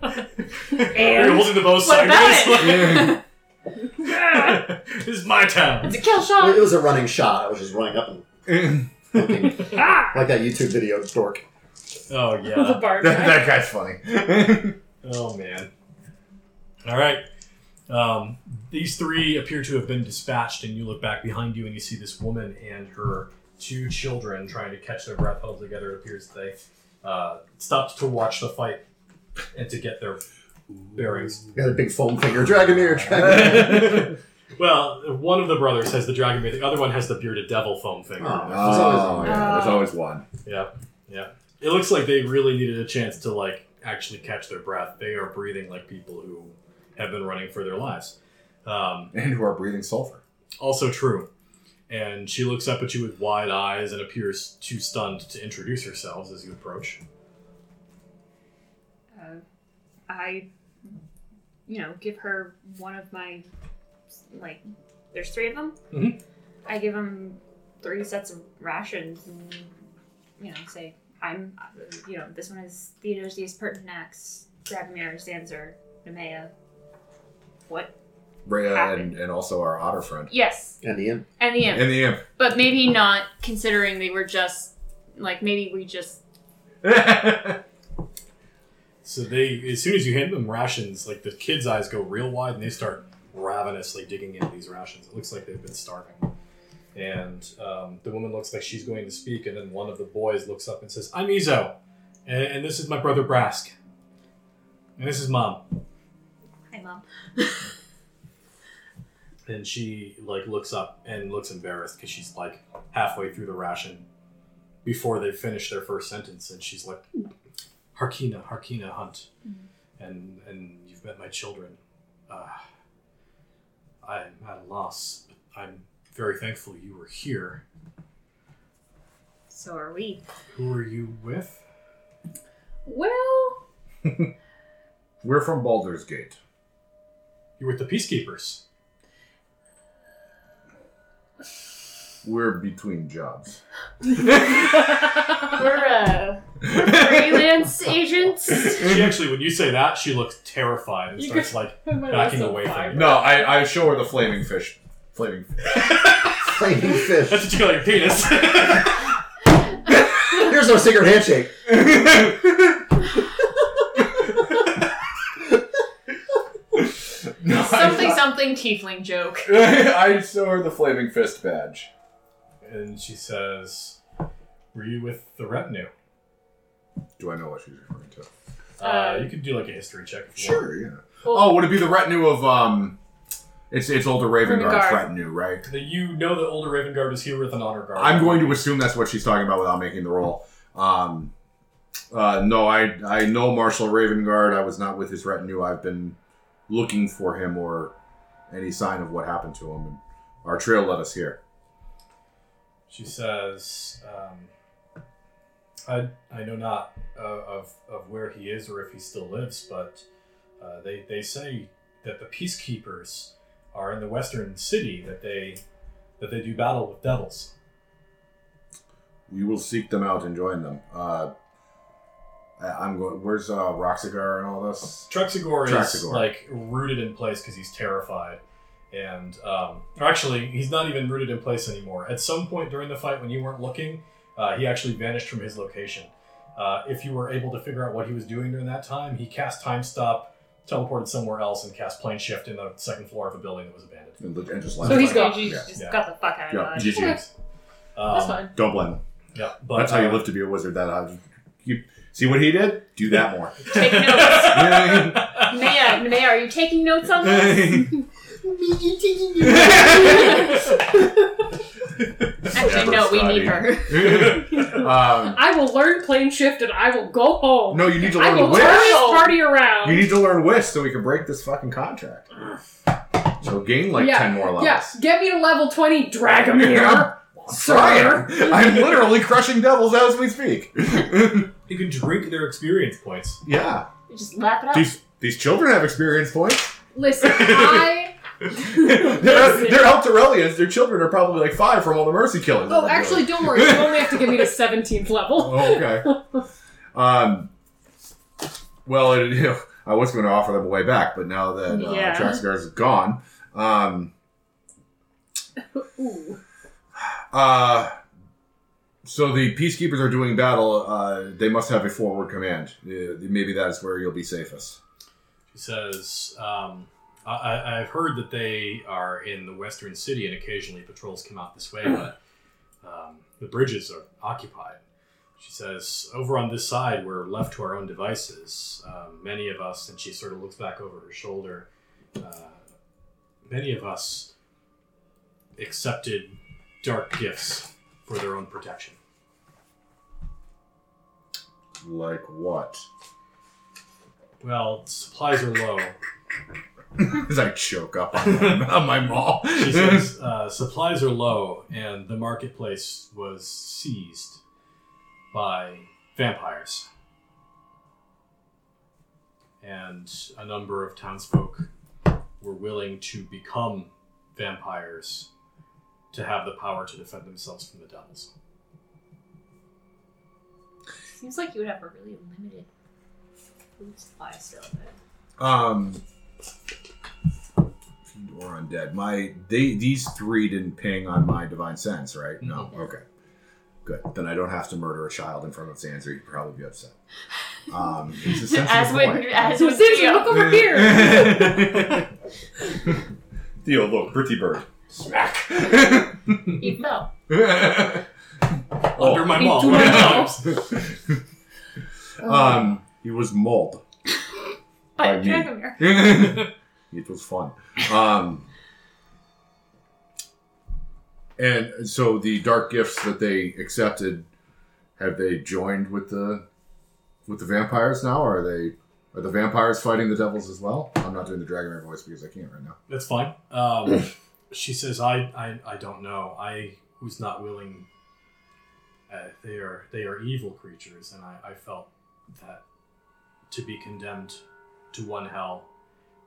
Speaker 1: holding the bow sideways.
Speaker 5: it?
Speaker 1: like, this is my town.
Speaker 6: It's a kill
Speaker 7: Well,
Speaker 6: shot.
Speaker 7: it was a running shot. I was just running up and looking
Speaker 6: ah!
Speaker 7: like that YouTube video dork.
Speaker 1: Oh, yeah.
Speaker 9: the bar
Speaker 3: That,
Speaker 9: guy.
Speaker 3: that guy's funny.
Speaker 1: Oh man. All right. Um, these three appear to have been dispatched, and you look back behind you and you see this woman and her two children trying to catch their breath held together. It appears that they uh, stopped to watch the fight and to get their bearings.
Speaker 7: Got a big foam finger. Dragoneer, Dragoneer.
Speaker 1: Well, one of the brothers has the dragon beard, the other one has the bearded devil foam thing.
Speaker 7: Oh.
Speaker 3: Oh, yeah, there's
Speaker 6: Uh,
Speaker 3: always one.
Speaker 1: Yeah, yeah. It looks like they really needed a chance to like actually catch their breath. They are breathing like people who have been running for their lives. Um,
Speaker 3: And who are breathing sulfur.
Speaker 1: also true. And she looks up at you with wide eyes and appears too stunned to introduce herself as you approach.
Speaker 6: Uh, I, you know, give her one of my, like, there's three of them.
Speaker 1: Mhm.
Speaker 6: I give them three sets of rations and, you know, say, I'm, you know, this one is Theodosius Pertinax, Drabomir, Zanzer, Nemea. What?
Speaker 3: Rhea and, and also our otter friend.
Speaker 6: Yes,
Speaker 7: and Ian.
Speaker 6: and the imp.
Speaker 3: And the imp.
Speaker 6: But maybe not considering they were just, like, maybe we just.
Speaker 1: So they, as soon as you hand them rations, like the kids' eyes go real wide and they start ravenously digging into these rations. It looks like they've been starving. And um, the woman looks like she's going to speak, and then one of the boys looks up and says, "I'm Ezo, and, and this is my brother Brask, and this is Mom."
Speaker 6: Hi, Mom.
Speaker 1: And she like looks up and looks embarrassed because she's like halfway through the ration before they finish their first sentence, and she's like, "Harkina, Harkina Hunt,
Speaker 6: Mm-hmm.
Speaker 1: and and you've met my children. Uh, I'm at a loss, but I'm very thankful you were here.
Speaker 6: So are we.
Speaker 1: Who are you with?
Speaker 6: Well,
Speaker 3: We're from Baldur's Gate.
Speaker 1: You're with the Peacekeepers.
Speaker 3: We're between jobs.
Speaker 6: we're, uh, we're freelance agents.
Speaker 1: She actually, when you say that, she looks terrified and
Speaker 9: You
Speaker 1: starts
Speaker 9: could-
Speaker 1: like
Speaker 9: I might
Speaker 1: backing
Speaker 9: also
Speaker 1: away
Speaker 9: buy
Speaker 1: from you.
Speaker 3: No, I, I show her the flaming fish. Flaming fish.
Speaker 7: Flaming
Speaker 1: That's
Speaker 7: fish.
Speaker 1: what you call your penis.
Speaker 7: Here's our secret handshake.
Speaker 3: No, I-
Speaker 6: something something tiefling joke.
Speaker 3: I show her the flaming fist badge.
Speaker 1: and she says, "Were you with the retinue?"
Speaker 3: Do I know what she's referring to?
Speaker 1: Uh,
Speaker 6: Uh,
Speaker 1: you can do like a history check. If you want.
Speaker 3: Sure, yeah. oh, would it be the retinue of um? It's it's older Raven
Speaker 6: Raven
Speaker 3: Guard's
Speaker 6: Guard.
Speaker 3: retinue, right?
Speaker 1: The- You know the older Raven Guard is here with an honor guard.
Speaker 3: I'm going to assume that's what she's talking about without making the roll. Um, uh, no, I I know Marshal Raven Guard. I was not with his retinue. I've been looking for him or any sign of what happened to him. And our trail led us here.
Speaker 1: She says, um, "I I know not uh, of of where he is or if he still lives, but uh, they they say that the peacekeepers are in the western city. That they that they do battle with devils.
Speaker 3: We will seek them out and join them. Uh, I, I'm going. Where's uh, Roxigar and all this?
Speaker 1: Trexigor is
Speaker 3: Traxigor.
Speaker 1: like rooted in place because he's terrified." And um, or actually, he's not even rooted in place anymore. At some point during the fight, when you weren't looking, Uh, he actually vanished from his location. Uh, if you were able to figure out what he was doing during that time, he cast time stop, teleported somewhere else, and cast plane shift in the second floor of a building that was abandoned.
Speaker 3: And, look- and just
Speaker 1: So
Speaker 3: let
Speaker 1: he's
Speaker 6: gone.
Speaker 9: gone.
Speaker 6: She's
Speaker 3: Yeah.
Speaker 6: just
Speaker 1: Yeah.
Speaker 6: got the fuck out
Speaker 3: Yeah,
Speaker 6: of
Speaker 3: GG.
Speaker 6: dodge.
Speaker 1: Um,
Speaker 9: That's fine.
Speaker 3: Don't blame him.
Speaker 1: Yeah, but
Speaker 3: That's how you
Speaker 1: uh,
Speaker 3: live to be a wizard. That uh, you see what he did. Do that more.
Speaker 6: Take notes.
Speaker 3: Yeah.
Speaker 6: Maya, Maya, are you taking notes
Speaker 3: Um,
Speaker 6: on this? Actually, no, we need her.
Speaker 3: um,
Speaker 9: I will learn plane shift and I will go home.
Speaker 3: no, you need to
Speaker 9: I
Speaker 3: learn
Speaker 9: will turn
Speaker 3: wish.
Speaker 9: this party around.
Speaker 3: You need to learn wish so we can break this fucking contract. So gain like
Speaker 9: Yeah,
Speaker 3: ten more levels.
Speaker 9: yeah, get me to level 20, drag him here.
Speaker 3: Yeah.
Speaker 9: Sir.
Speaker 3: Try it. I'm literally crushing devils as we speak.
Speaker 1: You can drink their experience points.
Speaker 3: Yeah.
Speaker 6: You just lap it up.
Speaker 3: These these children have experience points.
Speaker 2: Listen, I.
Speaker 3: they're they're Elturellians. Their children are probably like five from all the mercy killings. that
Speaker 2: Oh,
Speaker 3: they're doing.
Speaker 2: actually, don't worry. You only have to give me to 17th level.
Speaker 3: Oh, okay. um, well, it, I was going to offer them a way back, but now that uh,
Speaker 6: Yeah.
Speaker 3: Traxgar is gone, um,
Speaker 2: Ooh.
Speaker 3: uh, so the peacekeepers are doing battle. Uh, they must have a forward command. Uh, maybe that is where you'll be safest.
Speaker 1: She says, um, I- I- I've heard that they are in the western city and occasionally patrols come out this way, but um, the bridges are occupied. She says, over on this side, we're left to our own devices. Um, many of us, and she sort of looks back over her shoulder, uh, many of us accepted dark gifts for their own protection.
Speaker 3: Like what?
Speaker 1: Well, supplies are low.
Speaker 3: As I choke up on my, on my maul.
Speaker 1: She says uh, supplies are low, and the marketplace was seized by vampires. And a number of townsfolk were willing to become vampires to have the power to defend themselves from the devils.
Speaker 6: Seems like you would have a really limited food supply still.
Speaker 3: Um, fiend or undead. My they these three didn't ping on my divine sense, right? No. Okay. Good. Then I don't have to murder a child in front of Sansa. He'd probably be upset. Um, he's a sensitive
Speaker 6: As would,
Speaker 3: boy.
Speaker 6: as
Speaker 2: So,
Speaker 6: would
Speaker 2: Sandra,
Speaker 6: Theo.
Speaker 2: look over here.
Speaker 3: Theo, look, pretty bird. Smack.
Speaker 6: He fell.
Speaker 1: Under my
Speaker 2: me
Speaker 1: maul.
Speaker 2: too,
Speaker 1: what
Speaker 2: Oh.
Speaker 1: are
Speaker 2: my
Speaker 1: the
Speaker 2: maul.
Speaker 1: odds?
Speaker 3: um, he was mauled.
Speaker 6: By
Speaker 3: By me.
Speaker 6: Dragomir.
Speaker 3: it was fun. Um, and so the dark gifts that they accepted, have they joined with the with the vampires now? Or are they are the vampires fighting the devils as well? I'm not doing the Dragonair voice because I can't right now.
Speaker 1: That's fine. Um, she says, I, I, I don't know. I was not willing. Uh, they are they are evil creatures, and I, I felt that to be condemned to one hell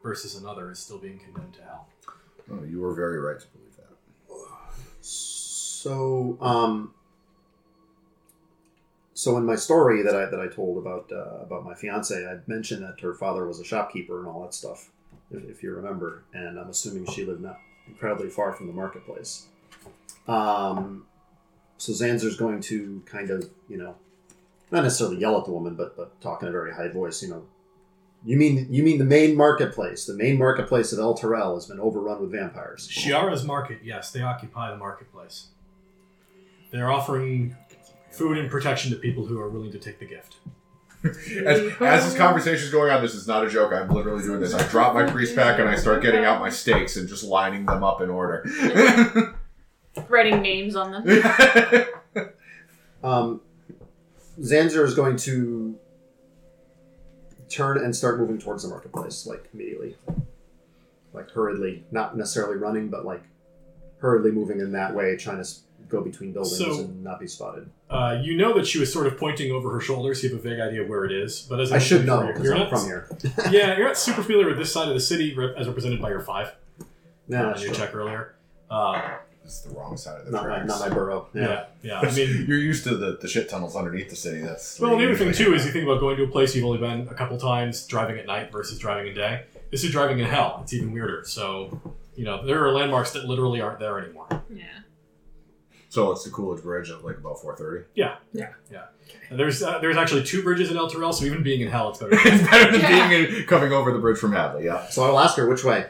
Speaker 1: versus another is still being condemned to hell.
Speaker 3: Oh, you were very right to believe that.
Speaker 7: So, um, so in my story that I that I told about uh, about my fiance, I mentioned that her father was a shopkeeper and all that stuff, if, if you remember. And I'm assuming she lived not incredibly far from the marketplace. Um, so Zanzer's going to kind of you know, not necessarily yell at the woman, but but talk in a very high voice. You know, you mean you mean the main marketplace? The main marketplace of El Terrell has been overrun with vampires.
Speaker 1: Shiara's market, yes, they occupy the marketplace. They're offering food and protection to people who are willing to take the gift.
Speaker 3: As, as this conversation is going on, this is not a joke. I'm literally doing this. I drop my priest pack and I start getting out my stakes and just lining them up in order.
Speaker 6: Writing names on them.
Speaker 7: Um, Zanzer is going to turn and start moving towards the marketplace, like immediately, like hurriedly, not necessarily running, but like hurriedly moving in that way, trying to s- go between buildings
Speaker 1: So-
Speaker 7: and not be spotted.
Speaker 1: Uh, you know that she was sort of pointing over her shoulder, so you have a vague idea of where it is. But as
Speaker 7: I
Speaker 1: mentioned
Speaker 7: should know
Speaker 1: before,
Speaker 7: because
Speaker 1: you're
Speaker 7: I'm
Speaker 1: not-
Speaker 7: from here.
Speaker 1: yeah, you're not super familiar with this side of the city rep- as represented by your five
Speaker 7: No,
Speaker 1: on
Speaker 7: that's
Speaker 1: your
Speaker 7: true.
Speaker 1: check earlier. Uh,
Speaker 3: It's the wrong side of the
Speaker 7: not my,
Speaker 3: tracks.
Speaker 7: not my borough. Yeah.
Speaker 1: yeah, yeah. I mean,
Speaker 3: You're used to the, the shit tunnels underneath the city. That's
Speaker 1: well, the other thing too is you think about going to a place you've only been a couple times, driving at night versus driving in day. This is driving in hell. It's even weirder. So, you know, there are landmarks that literally aren't there anymore.
Speaker 6: Yeah.
Speaker 3: so it's the Coolidge Bridge at like about four thirty.
Speaker 1: And there's uh, there's actually two bridges in El Terrell, so even being in hell, it's better.
Speaker 3: it's better than
Speaker 6: Yeah.
Speaker 3: being in, coming over the bridge from Hadley. Yeah,
Speaker 7: So I'll ask her which way.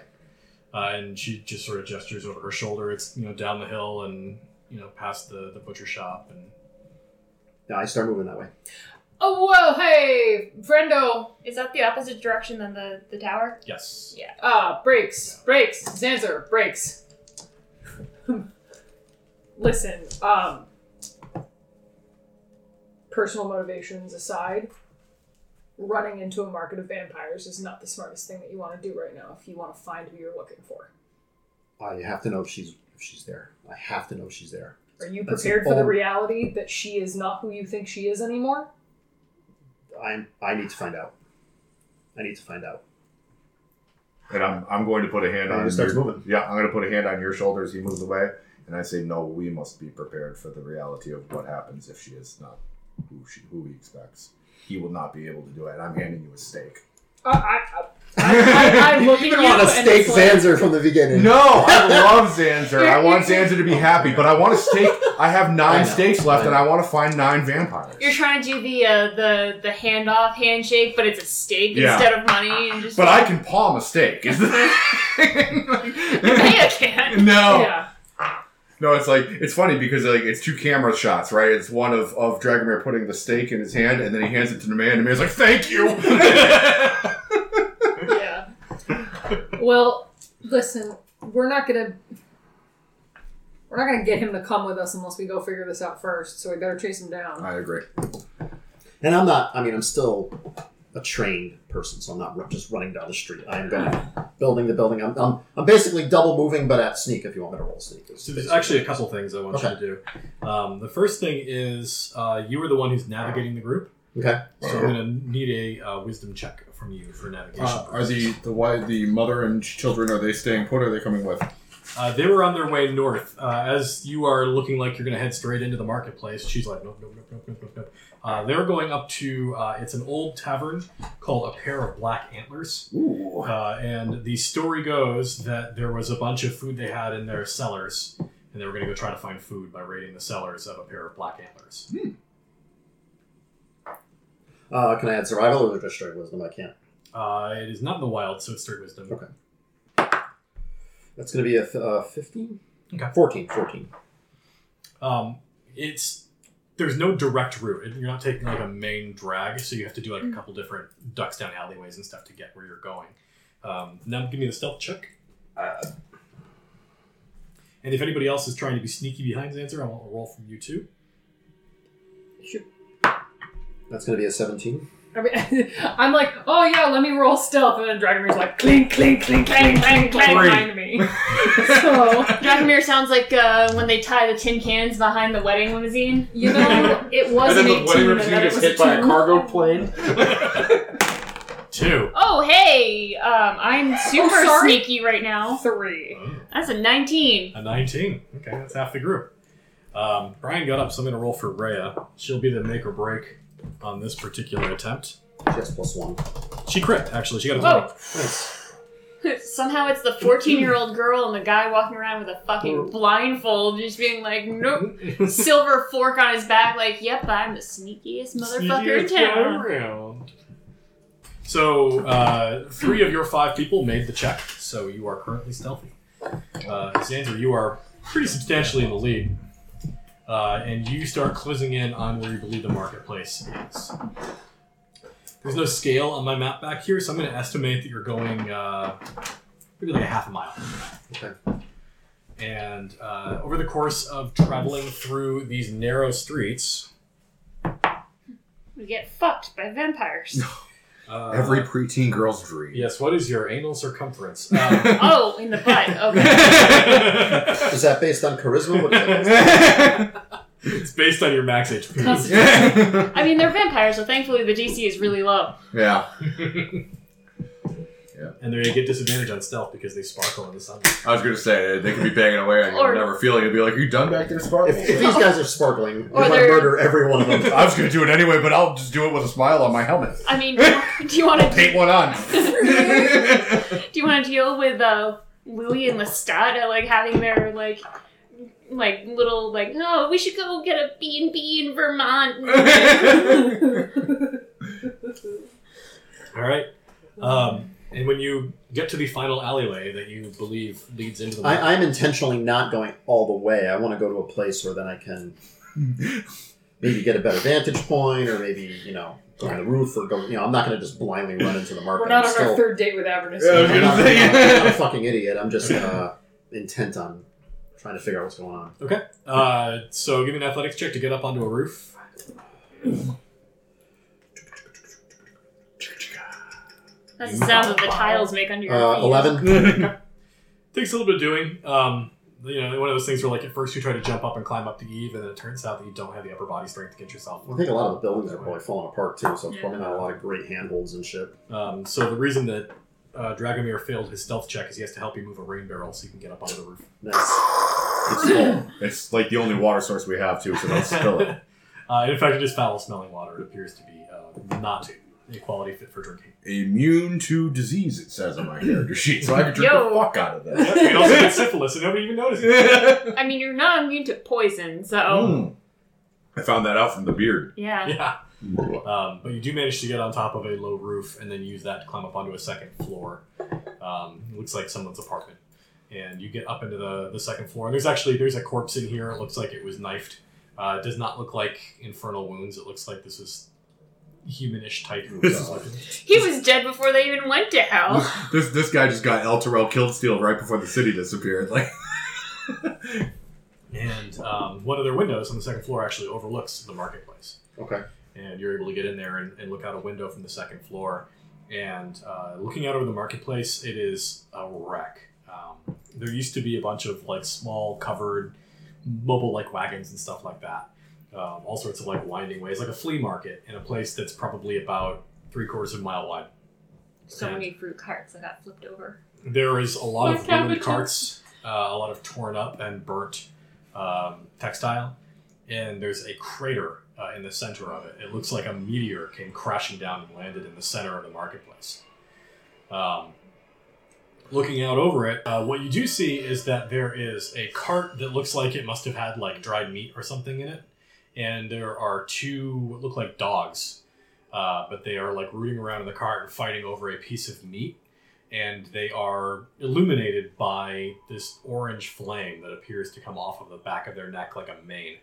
Speaker 1: Uh, and she just sort of gestures over her shoulder. It's you know down the hill and you know past the the butcher shop and
Speaker 7: Yeah, I start moving that way.
Speaker 2: Oh, whoa, hey, friendo.
Speaker 6: Is that the opposite direction than the, the tower?
Speaker 1: yes,
Speaker 9: Uh,
Speaker 2: Ah, brakes, brakes, Zanzer, brakes.
Speaker 9: Listen, um, personal motivations aside, running into a market of vampires is not the smartest thing that you want to do right now if you want to find who you're looking for.
Speaker 7: I have to know if she's if she's there. I have to know if she's there.
Speaker 9: Are you
Speaker 7: That's
Speaker 9: prepared
Speaker 7: an
Speaker 9: for the
Speaker 7: old-
Speaker 9: reality that she is not who you think she is anymore?
Speaker 7: I'm. I need to find out. I need to find out.
Speaker 3: And I'm, I'm going to put a hand
Speaker 7: And
Speaker 3: on
Speaker 7: he starts
Speaker 3: your-
Speaker 7: moving.
Speaker 3: Yeah, I'm going to put a hand on your shoulder as he moves away. And I say, no, we must be prepared for the reality of what happens if she is not who she who he expects. He will not be able to do it. I'm handing you a stake.
Speaker 9: Uh, I, I,
Speaker 6: I, I look
Speaker 7: You
Speaker 6: at
Speaker 7: even
Speaker 6: you
Speaker 7: want to
Speaker 6: and
Speaker 7: stake
Speaker 6: it's like,
Speaker 7: Zanzer from the beginning.
Speaker 3: No, I love Xanzer. I want Xanzer to be happy, but I want a stake. I have
Speaker 7: I
Speaker 3: nine
Speaker 7: know.
Speaker 3: stakes left,
Speaker 7: I
Speaker 3: and
Speaker 7: know.
Speaker 3: I want to find nine vampires.
Speaker 6: You're trying to do the uh, the the handoff handshake, but it's a steak
Speaker 3: Yeah.
Speaker 6: instead of money, and just
Speaker 3: But I can palm a steak. Is the thing.
Speaker 6: Hey, I can't.
Speaker 3: no,
Speaker 9: yeah.
Speaker 3: no. It's like it's funny because like it's two camera shots, right? It's one of of Dragomir putting the steak in his hand, and then he hands it to the man, and the man's like, "Thank you."
Speaker 9: Yeah.
Speaker 2: Well, listen, we're not gonna we're not gonna get him to come with us unless we go figure this out first. So we better chase him down.
Speaker 3: I agree.
Speaker 7: And I'm not. I mean, I'm still a trained person, so I'm not ru- just running down the street. I'm going building the building. I'm, I'm, I'm basically double moving, but at sneak. If you want me to roll sneak,
Speaker 1: So there's actually a couple things I want you
Speaker 7: Okay.
Speaker 1: to do. Um, the first thing is uh, you are the one who's navigating the group,
Speaker 7: okay.
Speaker 1: so I'm going to need a uh, wisdom check from you for navigation.
Speaker 3: Uh, are the the wife, the mother and children are they staying put? Or are they coming with?
Speaker 1: Uh, they were on their way north. Uh, as you are looking like you're going to head straight into the marketplace, she's like, nope, nope, nope, nope, nope, nope, nope. Uh, they're going up to, uh, it's an old tavern called A Pair of Black Antlers.
Speaker 3: Ooh.
Speaker 1: Uh, and the story goes that there was a bunch of food they had in their cellars, and they were going to go try to find food by raiding the cellars of A Pair of Black Antlers.
Speaker 7: Uh, can I add survival or just straight wisdom? I can't.
Speaker 1: Uh, it is not in the wild, so it's straight wisdom.
Speaker 7: Okay. That's going to be a th- uh, 15?
Speaker 1: Okay.
Speaker 7: 14, 14.
Speaker 1: Um, it's there's no direct route. It- You're not taking like a main drag, so you have to do like a couple different ducks down alleyways and stuff to get where you're going. Um, now give me the stealth check. and if anybody else is trying to be sneaky behind the answer, I want a roll from you too.
Speaker 7: That's going to be a 17.
Speaker 9: I mean, I'm like, oh yeah, let me roll stealth, and then Dragomir's like, clink, clink, clink, clink, clink, clink
Speaker 3: Great.
Speaker 9: behind me. so
Speaker 6: Dragomir sounds like uh, when they tie the tin cans behind the wedding limousine.
Speaker 9: you know, it was an 18, and then it was a two.
Speaker 3: cargo plane.
Speaker 1: Two.
Speaker 6: Oh hey, um, I'm super
Speaker 9: Oh, sorry.
Speaker 6: sneaky right now.
Speaker 9: three.
Speaker 6: That's a 19.
Speaker 1: A 19. Okay, that's half the group. Um, Brian got up, so I'm going to roll for Rhea. She'll be the make or break on this particular attempt.
Speaker 7: She has plus one.
Speaker 1: She crit, actually. She got a 20.
Speaker 6: Whoa.
Speaker 7: Nice.
Speaker 6: Somehow it's the 14 year old girl and the guy walking around with a fucking blindfold, just being like, nope. Silver fork on his back, like, yep, I'm the sneakiest motherfucker in town.
Speaker 1: Around. So, uh, three of your five people made the check, so you are currently stealthy. Uh, Xander, you are pretty substantially in the lead, uh, and you start closing in on where you believe the marketplace is. There's no scale on my map back here, so I'm going to estimate that you're going uh, maybe like a half a mile.
Speaker 7: Okay.
Speaker 1: And uh, over the course of traveling through these narrow streets,
Speaker 6: We get fucked by vampires.
Speaker 1: uh,
Speaker 3: Every preteen girl's dream.
Speaker 1: Yes, what is your anal circumference? Um,
Speaker 6: oh, in the butt. Okay.
Speaker 7: Is that based on charisma? What is that based
Speaker 1: it's based on your max HP.
Speaker 6: Constitution. I mean, they're vampires, so thankfully the DC is really low.
Speaker 3: yeah.
Speaker 1: And they get disadvantage on stealth because they sparkle in the sunlight.
Speaker 3: I was gonna say they could be banging away and
Speaker 6: Or-
Speaker 3: you'll never feel it. You'll be like, "Are you done back there,
Speaker 7: on?
Speaker 3: Sparkle?"
Speaker 7: If, if these guys are sparkling,
Speaker 6: Or
Speaker 7: we're going to
Speaker 6: they're-
Speaker 7: murder every one of them.
Speaker 3: I was gonna do it anyway, but I'll just do it with a smile on my helmet.
Speaker 6: I mean, do you want
Speaker 3: I'll
Speaker 6: to
Speaker 3: paint one on.
Speaker 6: do you want to deal with uh, Louis and Lestat uh, like having their like like little like no, we should go get a B and B in Vermont.
Speaker 1: All right. Um, and when you get to the final alleyway that you believe leads into the
Speaker 7: I, I'm intentionally not going all the way. I want to go to a place where then I can maybe get a better vantage point, or maybe you know go on the roof, or go. You know, I'm not going to just blindly run into the market.
Speaker 9: We're not
Speaker 7: I'm
Speaker 9: on
Speaker 7: still,
Speaker 9: our third date with Avernus.
Speaker 3: Yeah, I was
Speaker 7: I'm
Speaker 3: gonna
Speaker 7: not,
Speaker 3: say.
Speaker 7: I'm not a fucking idiot. I'm just uh, intent on trying to figure out what's going on.
Speaker 1: uh, so give me an athletics check to get up onto a roof.
Speaker 6: That's the sound that the tiles make under your
Speaker 7: Uh,
Speaker 6: feet.
Speaker 7: Eleven.
Speaker 1: Takes a little bit of doing. Um, you know, one of those things where like at first you try to jump up and climb up the eave, and then it turns out that you don't have the upper body strength to get yourself.
Speaker 7: I think a lot of the buildings are probably falling apart too, so it's
Speaker 2: Yeah.
Speaker 7: probably not a lot of great handholds and shit.
Speaker 1: Um, so the reason that uh, Dragomir failed his stealth check is he has to help you move a rain barrel so you can get up onto the roof.
Speaker 7: Nice.
Speaker 3: It's full. It's like the only water source we have too, so don't spill it.
Speaker 1: Uh, in fact, it is foul-smelling water. It appears to be uh, not a quality fit for drinking.
Speaker 3: Immune to disease, it says on my character sheet, so I could drink
Speaker 6: Yo.
Speaker 3: the fuck out of
Speaker 1: Yep, you can also get syphilis, and nobody even notices.
Speaker 3: that.
Speaker 6: I mean, you're not immune to poison, so
Speaker 3: Mm. I found that out from the beard.
Speaker 6: yeah.
Speaker 1: Yeah, um, but you do manage to get on top of a low roof and then use that to climb up onto a second floor. Um, it looks like someone's apartment, and you get up into the, the second floor. And there's actually there's a corpse in here. It looks like it was knifed. Uh, it does not look like infernal wounds. It looks like this is humanish type.
Speaker 3: This is
Speaker 1: uh,
Speaker 6: He was dead before they even went to hell.
Speaker 3: This this guy just got El Terrell killed steel right before the city disappeared. Like
Speaker 1: And um, one of their windows on the second floor actually overlooks the marketplace.
Speaker 7: Okay.
Speaker 1: And you're able to get in there and, and look out a window from the second floor. And uh, looking out over the marketplace, it is a wreck. Um, there used to be a bunch of like small covered mobile like wagons and stuff like that. Um, all sorts of like winding ways, like a flea market in a place that's probably about three quarters of a mile wide.
Speaker 6: So many fruit carts that got flipped over.
Speaker 1: There is a lot of
Speaker 6: More
Speaker 1: ruined
Speaker 6: cabbages.
Speaker 1: carts, uh, a lot of torn up and burnt um, textile, and there's a crater uh, in the center of it. It looks like a meteor came crashing down and landed in the center of the marketplace. Um, looking out over it, uh, what you do see is that there is a cart that looks like it must have had like dried meat or something in it, and there are two what look like dogs, uh, but they are like rooting around in the cart and fighting over a piece of meat and they are illuminated by this orange flame that appears to come off of the back of their neck like a mane.